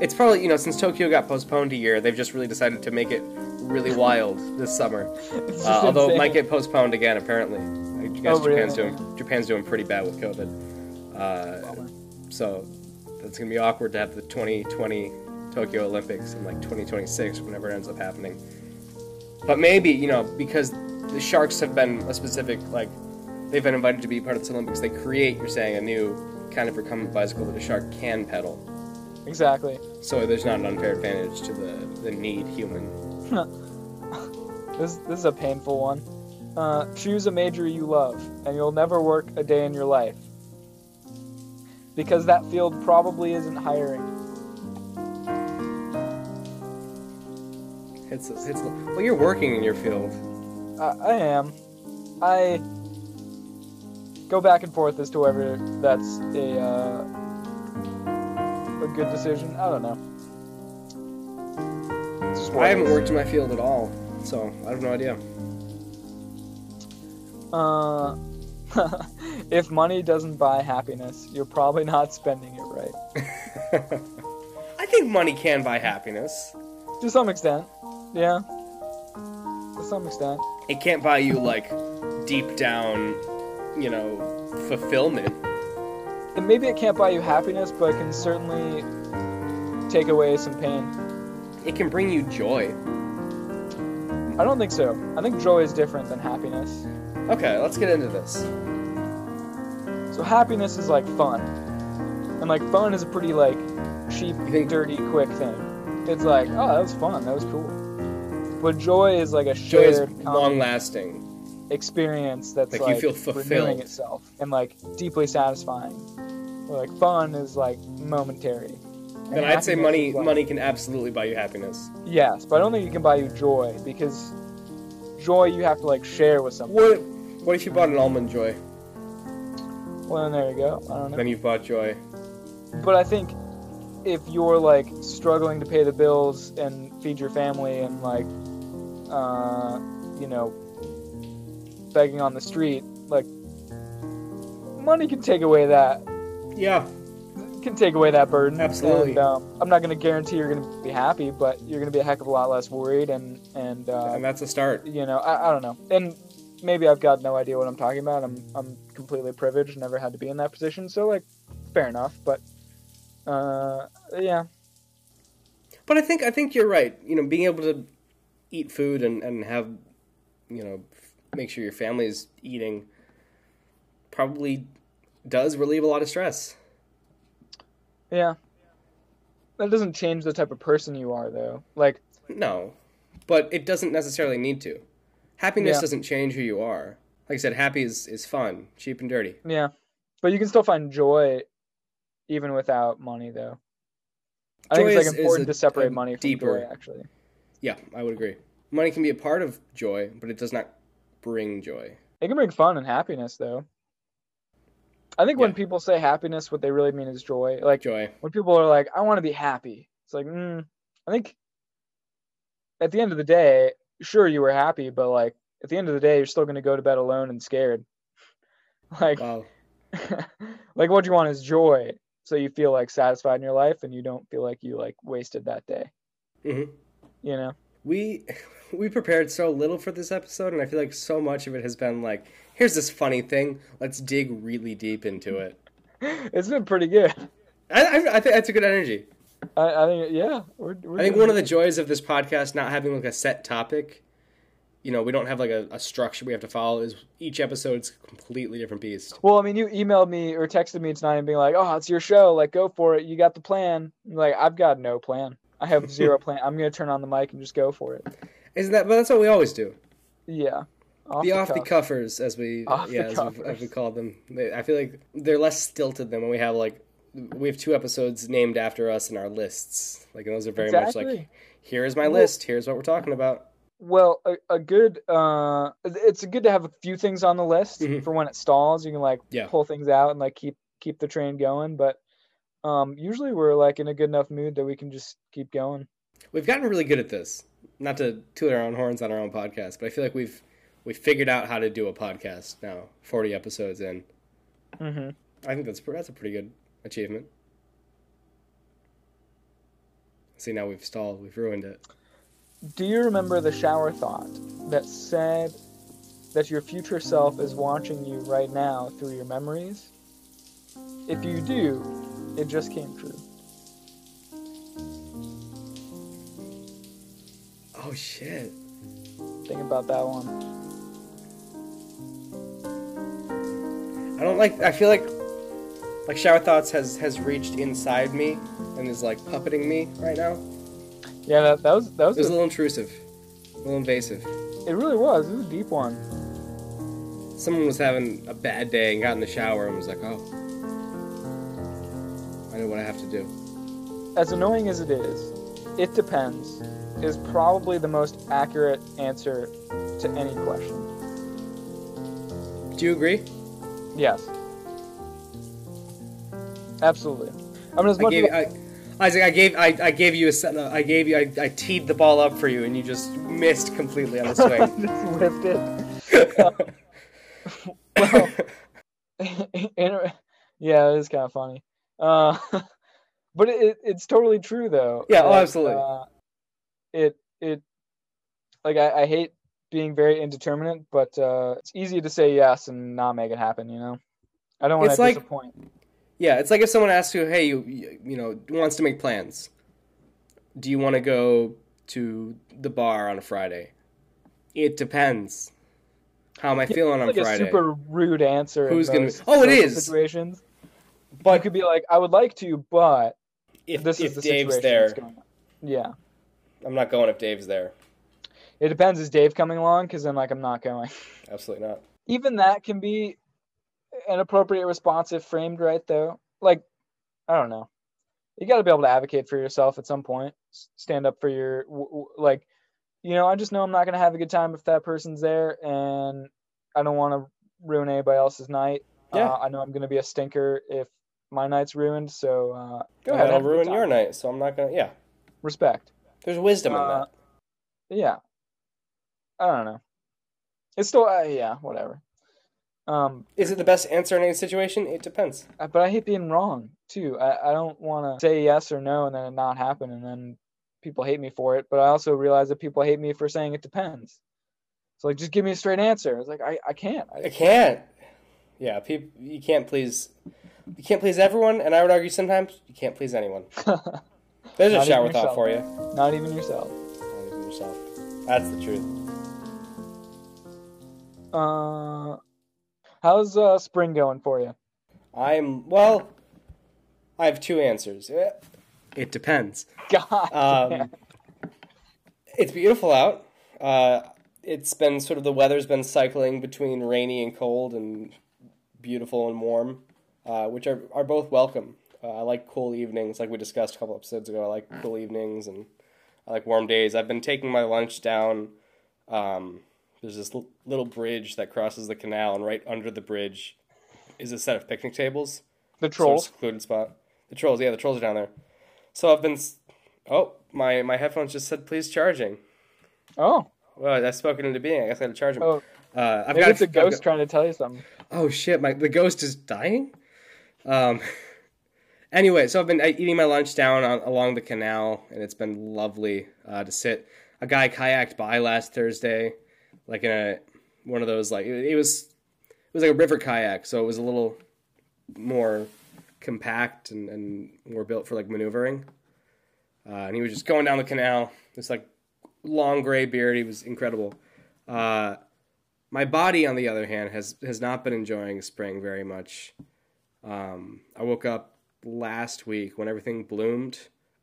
Speaker 1: It's probably you know since Tokyo got postponed a year, they've just really decided to make it really wild this summer.
Speaker 2: It's
Speaker 1: Uh,
Speaker 2: just
Speaker 1: although it
Speaker 2: insane.
Speaker 1: might get postponed again, apparently. I guess
Speaker 2: Oh, really?
Speaker 1: Japan's doing Japan's doing pretty bad with COVID, uh,
Speaker 2: Bummer.
Speaker 1: so that's gonna be awkward to have the 2020 Tokyo Olympics in like 2026, whenever it ends up happening. But maybe you know because the sharks have been a specific like they've been invited to be part of this Olympics, they create you're saying a new kind of recumbent bicycle that a shark can pedal.
Speaker 2: exactly.
Speaker 1: So there's not an unfair advantage to the the need human.
Speaker 2: This this is a painful one. Uh, choose a major you love, and you'll never work a day in your life, because that field probably isn't hiring.
Speaker 1: It's it's well you're working in your field.
Speaker 2: I, I am. I go back and forth as to whether that's a uh, a good decision. I don't know. It's just what
Speaker 1: I
Speaker 2: it
Speaker 1: haven't
Speaker 2: is.
Speaker 1: worked in my field at all, so I have no idea. *laughs*
Speaker 2: Uh, *laughs* if money doesn't buy happiness, you're probably not spending it right.
Speaker 1: I think money can buy happiness.
Speaker 2: To some extent, yeah. To some extent,
Speaker 1: It can't buy you like deep down, you know, fulfillment.
Speaker 2: and maybe it can't buy you happiness, but it can certainly take away some pain.
Speaker 1: It can bring you joy.
Speaker 2: I don't think so. I think joy is different than happiness.
Speaker 1: Okay, let's get into this.
Speaker 2: So happiness is like fun, and like fun is a pretty like cheap,
Speaker 1: think-
Speaker 2: dirty, quick thing. It's like, oh, that was fun. That was cool. But joy is like a
Speaker 1: Joy
Speaker 2: shared,
Speaker 1: is
Speaker 2: common
Speaker 1: long lasting.
Speaker 2: experience that's
Speaker 1: Like,
Speaker 2: like,
Speaker 1: you feel fulfilled.
Speaker 2: renewing itself and like deeply satisfying. Or, like fun is like momentary. And
Speaker 1: Then I'd say
Speaker 2: happiness
Speaker 1: money
Speaker 2: is, like-
Speaker 1: money can absolutely buy you happiness.
Speaker 2: Yes, but I don't think it can buy you joy because joy you have to like share with someone.
Speaker 1: What what if you bought an almond joy?
Speaker 2: Well, then there you go. I don't know.
Speaker 1: Then you've bought joy.
Speaker 2: But I think if you're like struggling to pay the bills and feed your family and like, uh, you know, begging on the street, like money can take away that
Speaker 1: Yeah.
Speaker 2: can take away that burden.
Speaker 1: Absolutely.
Speaker 2: And, um, I'm not going to guarantee you're going to be happy, but you're going to be a heck of a lot less worried. And and, uh,
Speaker 1: And that's a start.
Speaker 2: you know, I, I don't know. And maybe I've got no idea what I'm talking about. I'm I'm completely privileged. Never had to be in that position, so like, fair enough. But uh, yeah,
Speaker 1: But I think I think you're right. You know, being able to eat food and, and have you know f- make sure your family is eating probably does relieve a lot of stress.
Speaker 2: yeah. That doesn't change the type of person you are, though. Like,
Speaker 1: No, but it doesn't necessarily need to. Happiness
Speaker 2: Yeah.
Speaker 1: doesn't change who you are. Like I said, happy is, is fun, cheap and dirty.
Speaker 2: yeah, but you can still find joy even without money, though. I think
Speaker 1: Joy
Speaker 2: it's
Speaker 1: is-
Speaker 2: like
Speaker 1: is
Speaker 2: important
Speaker 1: a-
Speaker 2: to separate
Speaker 1: a
Speaker 2: money from
Speaker 1: deeper-
Speaker 2: joy, actually.
Speaker 1: Yeah, I would agree. Money can be a part of joy, but it does not bring joy.
Speaker 2: It can bring fun and happiness, though. I think when
Speaker 1: Yeah.
Speaker 2: people say happiness, what they really mean is joy. Like
Speaker 1: Joy.
Speaker 2: when people are like, "I want to be happy," it's like, mm, I think at the end of the day, sure you were happy, but like at the end of the day, you're still going to go to bed alone and scared. *laughs* Like,
Speaker 1: Wow.
Speaker 2: *laughs* like what you want is joy, so you feel like satisfied in your life, and you don't feel like you like wasted that day.
Speaker 1: hmm
Speaker 2: You know? *laughs*
Speaker 1: We *laughs* we prepared so little for this episode, and I feel like so much of it has been like, here's this funny thing. Let's dig really deep into
Speaker 2: Mm-hmm.
Speaker 1: it.
Speaker 2: It's been pretty good.
Speaker 1: I, I, I think that's a good energy.
Speaker 2: I, I think yeah. We're, we're
Speaker 1: I think one
Speaker 2: doing
Speaker 1: of
Speaker 2: good.
Speaker 1: the joys of this podcast, not having like a set topic, you know, we don't have like a, a structure we have to follow. Is each episode's a completely different beast.
Speaker 2: Well, I mean, you emailed me or texted me tonight and being like, "Oh, it's your show. Like, go for it. You got the plan." I'm like, I've got no plan.
Speaker 1: *laughs*
Speaker 2: I have zero plan. I'm gonna turn on the mic and just go for it.
Speaker 1: Isn't that? But that's what we always do.
Speaker 2: Yeah. Off
Speaker 1: the off the
Speaker 2: cuff.
Speaker 1: cuffers, as we
Speaker 2: Off the
Speaker 1: yeah, as we, as
Speaker 2: cuffers.
Speaker 1: we call them. They, I feel like they're less stilted than when we have like we have two episodes named after us in our lists. Like and those are very much like
Speaker 2: Exactly.
Speaker 1: here is my
Speaker 2: Well-
Speaker 1: list. Here's what we're talking about.
Speaker 2: Well, a, a good uh, it's good to have a few things on the list
Speaker 1: Mhm.
Speaker 2: for when it stalls. You can like
Speaker 1: Yeah.
Speaker 2: pull things out and like keep keep the train going. But um, usually we're like in a good enough mood that we can just keep going.
Speaker 1: We've gotten really good at this. Not to toot our own horns on our own podcast, but I feel like we've we figured out how to do a podcast now. Forty episodes in.
Speaker 2: Mm-hmm.
Speaker 1: I think that's pre- that's a pretty good achievement. See, now we've stalled. We've ruined it.
Speaker 2: Do you remember the shower thought that said that your future self is watching you right now through your memories? If you do, it just came true.
Speaker 1: Oh shit.
Speaker 2: Think about that one.
Speaker 1: I don't like. I feel like like shower thoughts has has reached inside me and is like puppeting me right now.
Speaker 2: Yeah, that, that was that
Speaker 1: It
Speaker 2: was,
Speaker 1: was a
Speaker 2: a,
Speaker 1: little intrusive, a little invasive.
Speaker 2: it really was. It was a deep one.
Speaker 1: Someone was having a bad day and got in the shower and was like, "Oh, I know what I have to do."
Speaker 2: as annoying as it is, it depends is probably the most accurate answer to any question.
Speaker 1: Do you agree?
Speaker 2: Yes. Absolutely. I mean, as
Speaker 1: I
Speaker 2: much
Speaker 1: gave
Speaker 2: as
Speaker 1: I, Isaac. I gave I, I gave you a set. I gave you. I, I teed the ball up for you and you just missed completely on the
Speaker 2: *laughs* I
Speaker 1: swing.
Speaker 2: just whiffed it. *laughs*
Speaker 1: *laughs*
Speaker 2: Inter- yeah, it is kind of funny. Uh, *laughs* but it, it, it's totally true, though.
Speaker 1: Yeah, oh, absolutely.
Speaker 2: Uh, it it like I, I hate being very indeterminate, but uh, it's easy to say yes and not make it happen. You know, I don't want
Speaker 1: It's
Speaker 2: to
Speaker 1: like-
Speaker 2: disappoint.
Speaker 1: Yeah, it's like if someone asks you, "Hey, you you you know, wants to make plans. Do you want to go to the bar on a Friday?" It depends. How am I feeling on
Speaker 2: like
Speaker 1: Friday?
Speaker 2: a super rude answer. in
Speaker 1: Who's gonna be-
Speaker 2: most
Speaker 1: Oh, it
Speaker 2: social
Speaker 1: is!
Speaker 2: situations. But you could be like, I would like to, but
Speaker 1: if
Speaker 2: this
Speaker 1: if
Speaker 2: is the
Speaker 1: Dave's
Speaker 2: situation
Speaker 1: there,
Speaker 2: that's going on. Yeah,
Speaker 1: I'm not going. If Dave's there,
Speaker 2: it depends. Is Dave coming along? Because then, like, I'm not going.
Speaker 1: absolutely not.
Speaker 2: Even that can be an appropriate response if framed right, though. Like, I don't know. You got to be able to advocate for yourself at some point. S- Stand up for your w- w- like. You know, I just know I'm not gonna have a good time if that person's there, and I don't want to ruin anybody else's night.
Speaker 1: Yeah.
Speaker 2: Uh, I know I'm going to be a stinker if my night's ruined. So uh, go
Speaker 1: And
Speaker 2: ahead.
Speaker 1: That'll
Speaker 2: have a good
Speaker 1: ruin
Speaker 2: time.
Speaker 1: your night. So I'm not gonna. Yeah,
Speaker 2: Respect.
Speaker 1: there's wisdom in
Speaker 2: Uh,
Speaker 1: that.
Speaker 2: Yeah. I don't know. It's still uh, yeah, whatever. Um,
Speaker 1: Is it the best answer in any situation? It depends.
Speaker 2: I- Uh, but I hate being wrong too. I, I don't want to say yes or no and then it not happen and then people hate me for it. But I also realize that people hate me for saying it depends. So like, just give me a straight answer. It's like I, I can't. I,
Speaker 1: I can't. Yeah, peop you can't please. You can't please everyone, and I would argue sometimes you can't please
Speaker 2: *laughs*
Speaker 1: anyone. There's
Speaker 2: Not
Speaker 1: a
Speaker 2: even
Speaker 1: shower thought
Speaker 2: yourself.
Speaker 1: for you.
Speaker 2: not even yourself.
Speaker 1: Not even yourself. That's the truth.
Speaker 2: Uh, how's uh, spring going for you? *laughs*
Speaker 1: I'm well. I have two answers. Eh, It depends.
Speaker 2: God.
Speaker 1: Um, it's beautiful out. Uh, it's been sort of the weather's been cycling between rainy and cold and beautiful and warm, uh, which are are both welcome. Uh, I like cool evenings, like we discussed a couple episodes ago. I like cool evenings and I like warm days. I've been taking my lunch down. Um, there's this l- little bridge that crosses the canal, and right under the bridge is a set of picnic tables.
Speaker 2: the
Speaker 1: Sort of
Speaker 2: trolls.
Speaker 1: secluded spot. The trolls, yeah, the trolls are down there. So I've been. s- Oh, my my headphones just said please charging.
Speaker 2: Oh,
Speaker 1: Well, I've spoken into being. I guess I gotta charge him.
Speaker 2: Oh,
Speaker 1: uh, I've
Speaker 2: maybe
Speaker 1: got
Speaker 2: it's a ghost trying to tell you something.
Speaker 1: Oh shit! My the ghost is dying. Um. *laughs* Anyway, so I've been uh, eating my lunch down on, along the canal, and it's been lovely uh, to sit. A guy kayaked by last Thursday, like in a one of those like it, it was it was like a river kayak, so it was a little more compact and, and more built for like maneuvering. Uh, and he was just going down the canal. This like long gray beard. He was incredible. Uh, my body, on the other hand, has has not been enjoying spring very much. Um, I woke up last week when everything bloomed.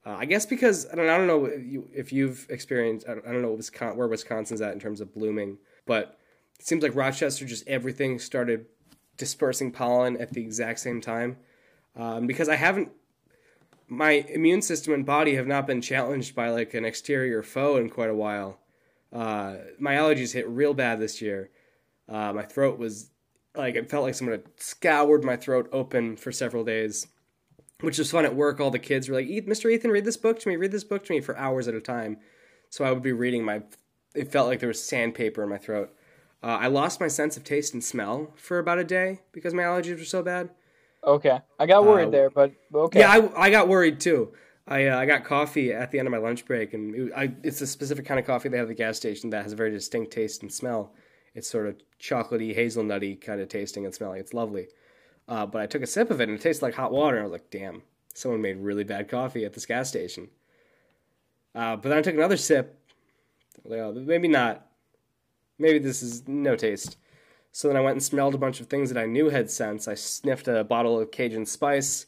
Speaker 1: Uh, I guess because I don't, I don't know if, you, if you've experienced. I don't, I don't know Wisconsin, where Wisconsin's at in terms of blooming, but it seems like Rochester just everything started dispersing pollen at the exact same time. Um, because I haven't, my immune system and body have not been challenged by like an exterior foe in quite a while. Uh, my allergies hit real bad this year. Uh, my throat was like it felt like someone had scoured my throat open for several days, which was fun at work. All the kids were like, "Eth- "Mr. Ethan, read this book to me. Read this book to me for hours at a time." So I would be reading my. It felt like there was sandpaper in my throat. Uh, I lost my sense of taste and smell for about a day because my allergies were so bad.
Speaker 2: Okay, I got worried
Speaker 1: Uh,
Speaker 2: there, but but okay.
Speaker 1: Yeah, I, I got worried too. I uh, I got coffee at the end of my lunch break, and it, I, it's a specific kind of coffee they have at the gas station that has a very distinct taste and smell. It's sort of chocolatey, hazelnutty kind of tasting and smelling. It's lovely. Uh, but I took a sip of it, and it tasted like hot water. And I was like, damn, someone made really bad coffee at this gas station. Uh, but then I took another sip. Well, maybe not. Maybe this is no taste. So then I went and smelled a bunch of things that I knew had scents. I sniffed a bottle of Cajun spice.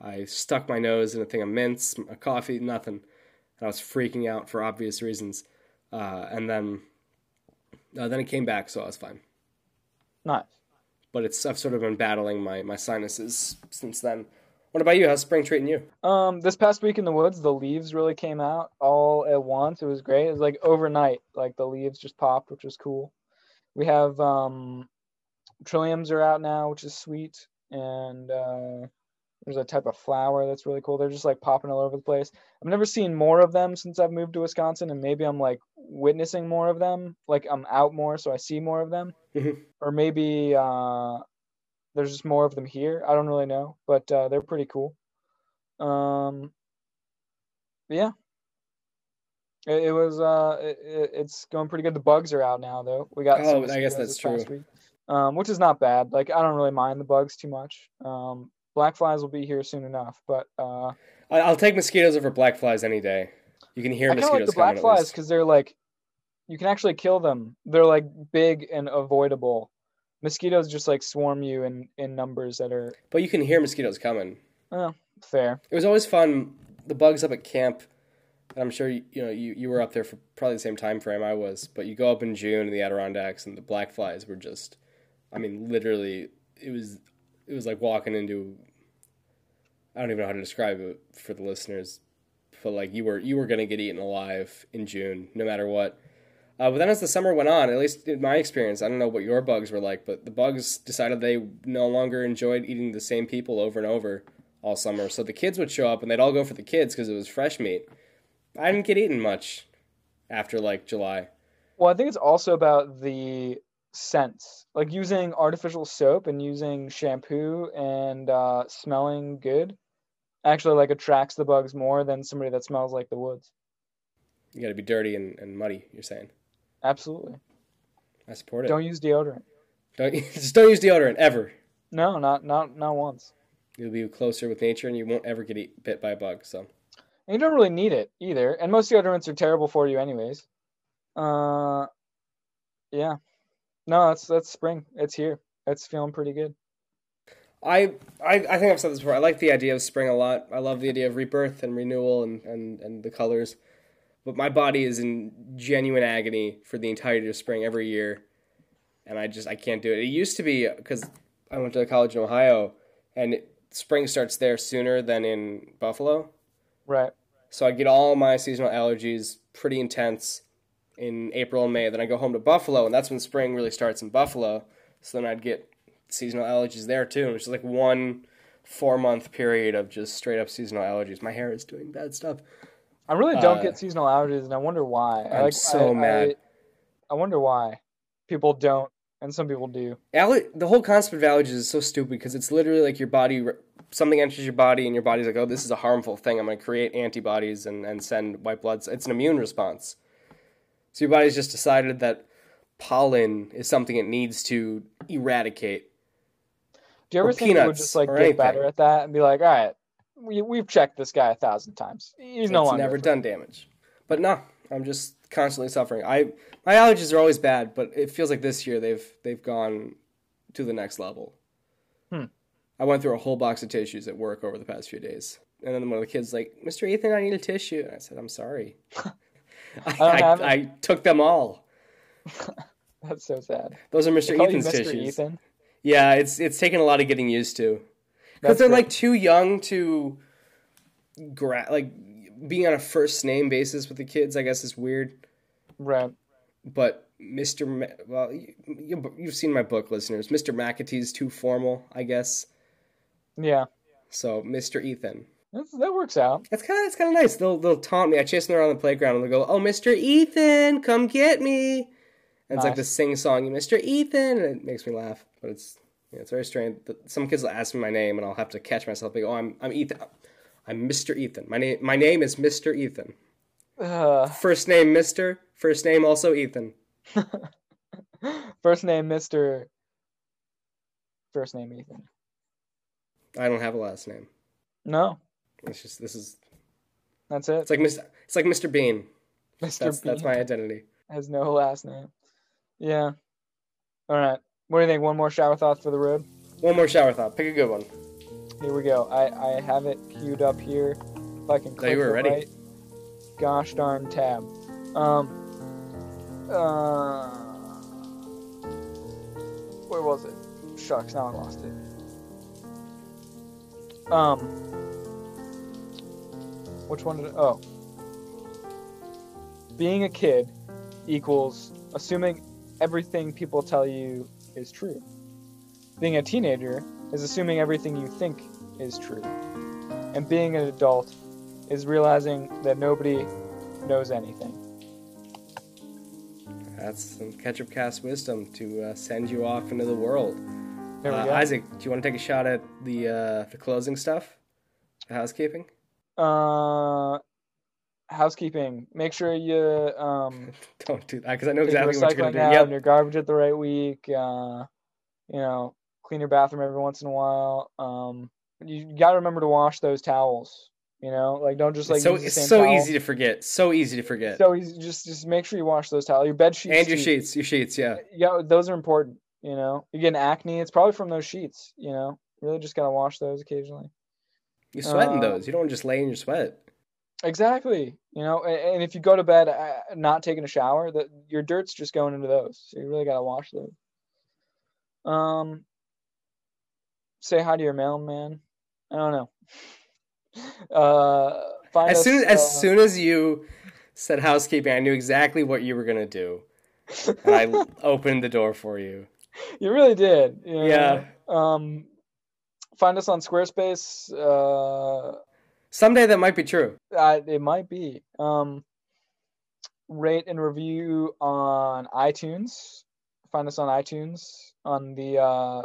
Speaker 1: I stuck my nose in a thing of mints, a coffee, nothing. And I was freaking out for obvious reasons. Uh, and then, uh, then it came back, so I was fine.
Speaker 2: nice.
Speaker 1: But it's I've sort of been battling my, my sinuses since then. What about you? How's spring treating you?
Speaker 2: Um, this past week in the woods, the leaves really came out all at once. It was great. It was like overnight, like the leaves just popped, which was cool. We have um, trilliums are out now, which is sweet, and uh, there's a type of flower that's really cool. They're just like popping all over the place. I've never seen more of them since I've moved to Wisconsin, and maybe I'm like witnessing more of them. Like I'm out more, so I see more of them,
Speaker 1: Mhm.
Speaker 2: or maybe uh, there's just more of them here. I don't really know, but uh, they're pretty cool. Um, yeah, it, it was. Uh, it, it- it's going pretty good. The bugs are out now, though. We got.
Speaker 1: Oh,
Speaker 2: some
Speaker 1: I guess
Speaker 2: mosquitoes
Speaker 1: that's
Speaker 2: this past week, um, which is not bad. Like I don't really mind the bugs too much. Um, black flies will be here soon enough, but uh,
Speaker 1: I, I'll take mosquitoes over black flies any day. You can hear
Speaker 2: I kind of
Speaker 1: mosquitoes
Speaker 2: like the
Speaker 1: coming
Speaker 2: black
Speaker 1: at
Speaker 2: flies
Speaker 1: least.
Speaker 2: because they're like, you can actually kill them. They're like big and avoidable. Mosquitoes just like swarm you in in numbers that are
Speaker 1: But you can hear mosquitoes coming.
Speaker 2: fair.
Speaker 1: It was always fun. The bugs up at camp. And I'm sure you, you know you, you were up there for probably the same time frame I was, but you go up in June in the Adirondacks, and the black flies were just, I mean, literally, it was it was like walking into. I don't even know how to describe it for the listeners, but like you were you were gonna get eaten alive in June no matter what. Uh, but then as the summer went on, at least in my experience, I don't know what your bugs were like, but the bugs decided they no longer enjoyed eating the same people over and over all summer. So the kids would show up and they'd all go for the kids because it was fresh meat. I didn't get eaten much after like July.
Speaker 2: Well, I think it's also about the scents, like using artificial soap and using shampoo and uh, smelling good. Actually, like attracts the bugs more than somebody that smells like the woods.
Speaker 1: You got to be dirty and, and muddy. You're saying
Speaker 2: Absolutely.
Speaker 1: I support it.
Speaker 2: Don't use deodorant.
Speaker 1: Don't *laughs* just don't use deodorant ever.
Speaker 2: No, not not not once.
Speaker 1: You'll be closer with nature and you won't ever get eat, bit by a bug. So
Speaker 2: And you don't really need it either. And most deodorants are terrible for you, anyways. Uh, yeah. No, that's that's spring. It's here. It's feeling pretty good.
Speaker 1: I, I I think I've said this before. I like the idea of spring a lot. I love the idea of rebirth and renewal and, and, and the colors. But my body is in genuine agony for the entirety of spring every year, and I just I can't do it. It used to be because I went to college in Ohio, and it, spring starts there sooner than in Buffalo.
Speaker 2: Right.
Speaker 1: So I get all my seasonal allergies pretty intense in April and May. Then I go home to Buffalo, and that's when spring really starts in Buffalo. So then I'd get seasonal allergies there too. It's just like one four month period of just straight up seasonal allergies. My hair is doing bad stuff.
Speaker 2: I really don't
Speaker 1: Uh,
Speaker 2: get seasonal allergies, and I wonder why. I
Speaker 1: I'm so
Speaker 2: I-
Speaker 1: mad.
Speaker 2: I- I wonder why people don't, and some people do.
Speaker 1: Alle- the whole concept of allergies is so stupid because it's literally like your body, re- something enters your body, and your body's like, oh, this is a harmful thing. I'm going to create antibodies and, and send white bloods. It's an immune response. So your body's just decided that pollen is something it needs to eradicate.
Speaker 2: Do you
Speaker 1: Or
Speaker 2: ever think we would
Speaker 1: peanuts,
Speaker 2: just like
Speaker 1: or
Speaker 2: get
Speaker 1: anything.
Speaker 2: better at that and be like, all right, we, we've checked this guy a thousand times. He's no
Speaker 1: it's
Speaker 2: longer.
Speaker 1: never done damage. But no, I'm just constantly suffering. I my allergies are always bad, but it feels like this year they've they've gone to the next level.
Speaker 2: Hmm.
Speaker 1: I went through a whole box of tissues at work over the past few days, and then one of the kids like, "Mr. Ethan, I need a tissue," and I said, "I'm
Speaker 2: *laughs*
Speaker 1: sorry." *laughs* I,
Speaker 2: don't
Speaker 1: I,
Speaker 2: have it.
Speaker 1: I, took them all.
Speaker 2: *laughs* That's so sad.
Speaker 1: Those are
Speaker 2: They
Speaker 1: Mr.
Speaker 2: call you
Speaker 1: Ethan's
Speaker 2: Mr.
Speaker 1: tissues.
Speaker 2: Ethan.
Speaker 1: Yeah, it's it's taken a lot of getting used to. because
Speaker 2: That's
Speaker 1: they're
Speaker 2: great.
Speaker 1: like too young to gra- like being on a first name basis with the kids i guess is weird
Speaker 2: right.
Speaker 1: but mr Ma- well you, you, you've seen my book listeners mr mcatee's too formal i guess
Speaker 2: Yeah,
Speaker 1: so mr ethan
Speaker 2: That's, that works out.
Speaker 1: that's kind of that's kind of nice they'll they'll taunt me i chase them around the playground and they'll go oh mr ethan come get me and it's like
Speaker 2: Nice.
Speaker 1: the sing song mr ethan and it makes me laugh but it's yeah, it's very strange. But Some kids will ask me my name, and I'll have to catch myself. Like, oh, I'm I'm Ethan. I'm Mr. Ethan. My name my name is Mr. Ethan.
Speaker 2: Uh,
Speaker 1: First name Mr. First name also Ethan.
Speaker 2: *laughs* first name Mister. First name Ethan.
Speaker 1: I don't have a last name.
Speaker 2: No,
Speaker 1: It's just this is
Speaker 2: that's
Speaker 1: it's
Speaker 2: it.
Speaker 1: like Mr. It's like Mr. Bean.
Speaker 2: Mister
Speaker 1: That's that's my identity.
Speaker 2: has no last name. Yeah. All right. What do you think? One more shower thought for the road.
Speaker 1: One more shower thought. Pick a good one.
Speaker 2: Here we go. I, I have it queued up here. If I can click
Speaker 1: you were
Speaker 2: the
Speaker 1: ready.
Speaker 2: right gosh darn tab. Um uh, where was it? Shucks, now I lost it. Um which one did I, oh. Being a kid equals assuming everything people tell you is true. Being a teenager is assuming everything you think is true. And being an adult is realizing that nobody knows anything.
Speaker 1: That's some ketchup cast wisdom to uh, send you off into the world.
Speaker 2: There we
Speaker 1: Uh,
Speaker 2: go.
Speaker 1: Isaac, do you want to take a shot at the uh, the closing stuff, the housekeeping? *laughs*
Speaker 2: uh, housekeeping. Make sure you
Speaker 1: *laughs*
Speaker 2: um,
Speaker 1: Don't do that because I know
Speaker 2: take your
Speaker 1: exactly what you're
Speaker 2: recycling
Speaker 1: gonna
Speaker 2: out
Speaker 1: do.
Speaker 2: and your garbage at the right week. Uh, you know, clean your bathroom every once in a while. Um, you gotta remember to wash those towels. You know, like don't just like
Speaker 1: so
Speaker 2: use the
Speaker 1: it's
Speaker 2: same
Speaker 1: so
Speaker 2: towel.
Speaker 1: easy to forget. So easy to forget.
Speaker 2: So easy. Just just make sure you wash those towels. Your bed sheets
Speaker 1: and your
Speaker 2: too.
Speaker 1: sheets, your sheets, yeah.
Speaker 2: yeah, those are important. You know, you get an acne, it's probably from those sheets. You know, really just gotta wash those occasionally.
Speaker 1: You sweat in
Speaker 2: Uh,
Speaker 1: those. You don't just lay in your sweat.
Speaker 2: Exactly. You know, a- and if you go to bed uh, not taking a shower, the, your dirt's just going into those. So you really gotta wash those. Um, say hi to your mailman. I don't know. *laughs* Uh, find
Speaker 1: As
Speaker 2: us,
Speaker 1: soon
Speaker 2: uh,
Speaker 1: as soon as you said housekeeping, I knew exactly what you were gonna do. And I opened the door for you.
Speaker 2: *laughs* you really did. you know?
Speaker 1: Yeah.
Speaker 2: Um, find us on Squarespace. Uh.
Speaker 1: Someday that might be true.
Speaker 2: Uh, it might be. Um, rate and review on iTunes. Find us on iTunes on the uh,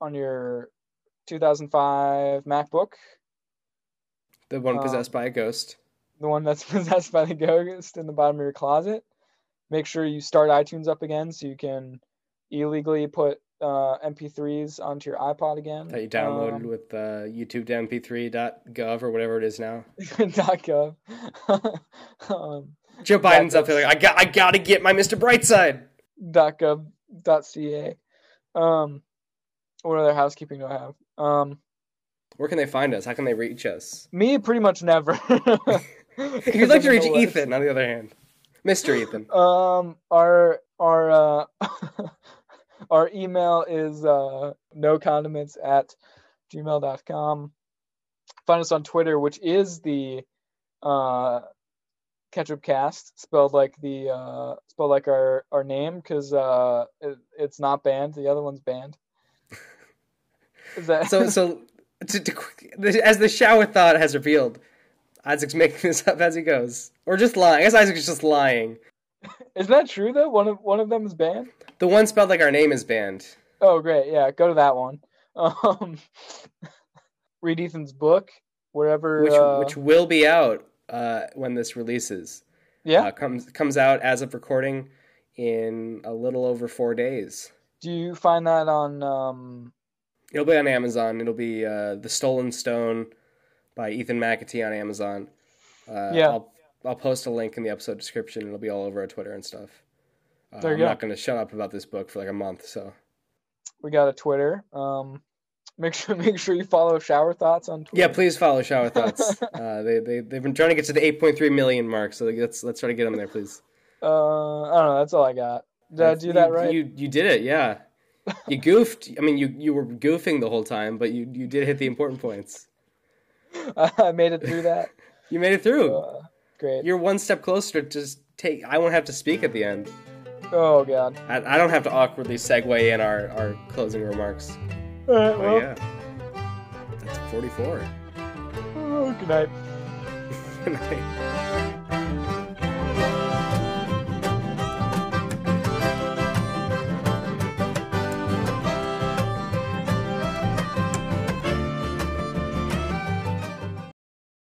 Speaker 2: on your 2005 MacBook,
Speaker 1: The one
Speaker 2: Um,
Speaker 1: possessed by a ghost.
Speaker 2: the one that's *laughs* possessed by the ghost in the bottom of your closet. Make sure you start iTunes up again so you can illegally put uh, MP3s onto your iPod again.
Speaker 1: that you downloaded
Speaker 2: Um,
Speaker 1: with uh, youtube.mp3.gov or whatever it is now.
Speaker 2: dot *laughs* gov. *laughs* um,
Speaker 1: Joe Biden's up there
Speaker 2: gov.
Speaker 1: like, I got, I gotta get my Mr. Brightside.
Speaker 2: dot gov dot ca. Um, what other housekeeping do I have? Um,
Speaker 1: Where can they find us? How can they reach us?
Speaker 2: me pretty much never. *laughs*
Speaker 1: If *laughs* you'd like to reach Ethan, on the other hand, Mr.
Speaker 2: *laughs*
Speaker 1: Ethan,
Speaker 2: Um, our our uh, *laughs* our email is uh, no condiments at gmail.com. Find us on Twitter, which is the uh, ketchup cast spelled like the uh, spelled like our our name because uh, it, it's not banned. The other one's banned. Is that *laughs*
Speaker 1: so so to, to, quick- as the shower thought has revealed, Isaac's making this up as he goes, or just lying. I guess Isaac's just lying.
Speaker 2: Isn't that true though? One of one of them is banned.
Speaker 1: The one spelled like our name is banned.
Speaker 2: Oh great, yeah, go to that one. Um, *laughs* read Ethan's book, wherever.
Speaker 1: which
Speaker 2: uh,
Speaker 1: which will be out uh, when this releases.
Speaker 2: yeah.
Speaker 1: uh, comes comes out as of recording in a little over four days.
Speaker 2: Do you find that on? Um,
Speaker 1: It'll be on Amazon. It'll be uh, the Stolen Stone by Ethan McAtee on Amazon. Uh,
Speaker 2: Yeah.
Speaker 1: I'll I'll post a link in the episode description. It'll be all over our Twitter and stuff. Uh,
Speaker 2: There you
Speaker 1: I'm
Speaker 2: go.
Speaker 1: not going to shut up about this book for like a month. So
Speaker 2: we got a Twitter. Um, *laughs* make sure make sure you follow Shower Thoughts on
Speaker 1: yeah,
Speaker 2: Twitter.
Speaker 1: please follow Shower
Speaker 2: *laughs*
Speaker 1: Thoughts. uh, they they they've been trying to get to the 8.3 million mark. So let's let's try to get them there, please.
Speaker 2: Uh, I don't know. That's all I got. Did I do
Speaker 1: You-
Speaker 2: that right?
Speaker 1: You you did it, yeah. You goofed. I mean, you you were goofing the whole time, but you you did hit the important points.
Speaker 2: *laughs* I made it
Speaker 1: *laughs*
Speaker 2: through that.
Speaker 1: You made it through.
Speaker 2: Uh, great.
Speaker 1: You're one step closer to just take. I won't have to speak at the end.
Speaker 2: Oh god.
Speaker 1: I, I don't have to awkwardly segue in our our closing remarks.
Speaker 2: All right.
Speaker 1: But
Speaker 2: Well.
Speaker 1: Oh, yeah, that's 44. *laughs*
Speaker 2: Oh, *laughs* good night.
Speaker 1: Good night.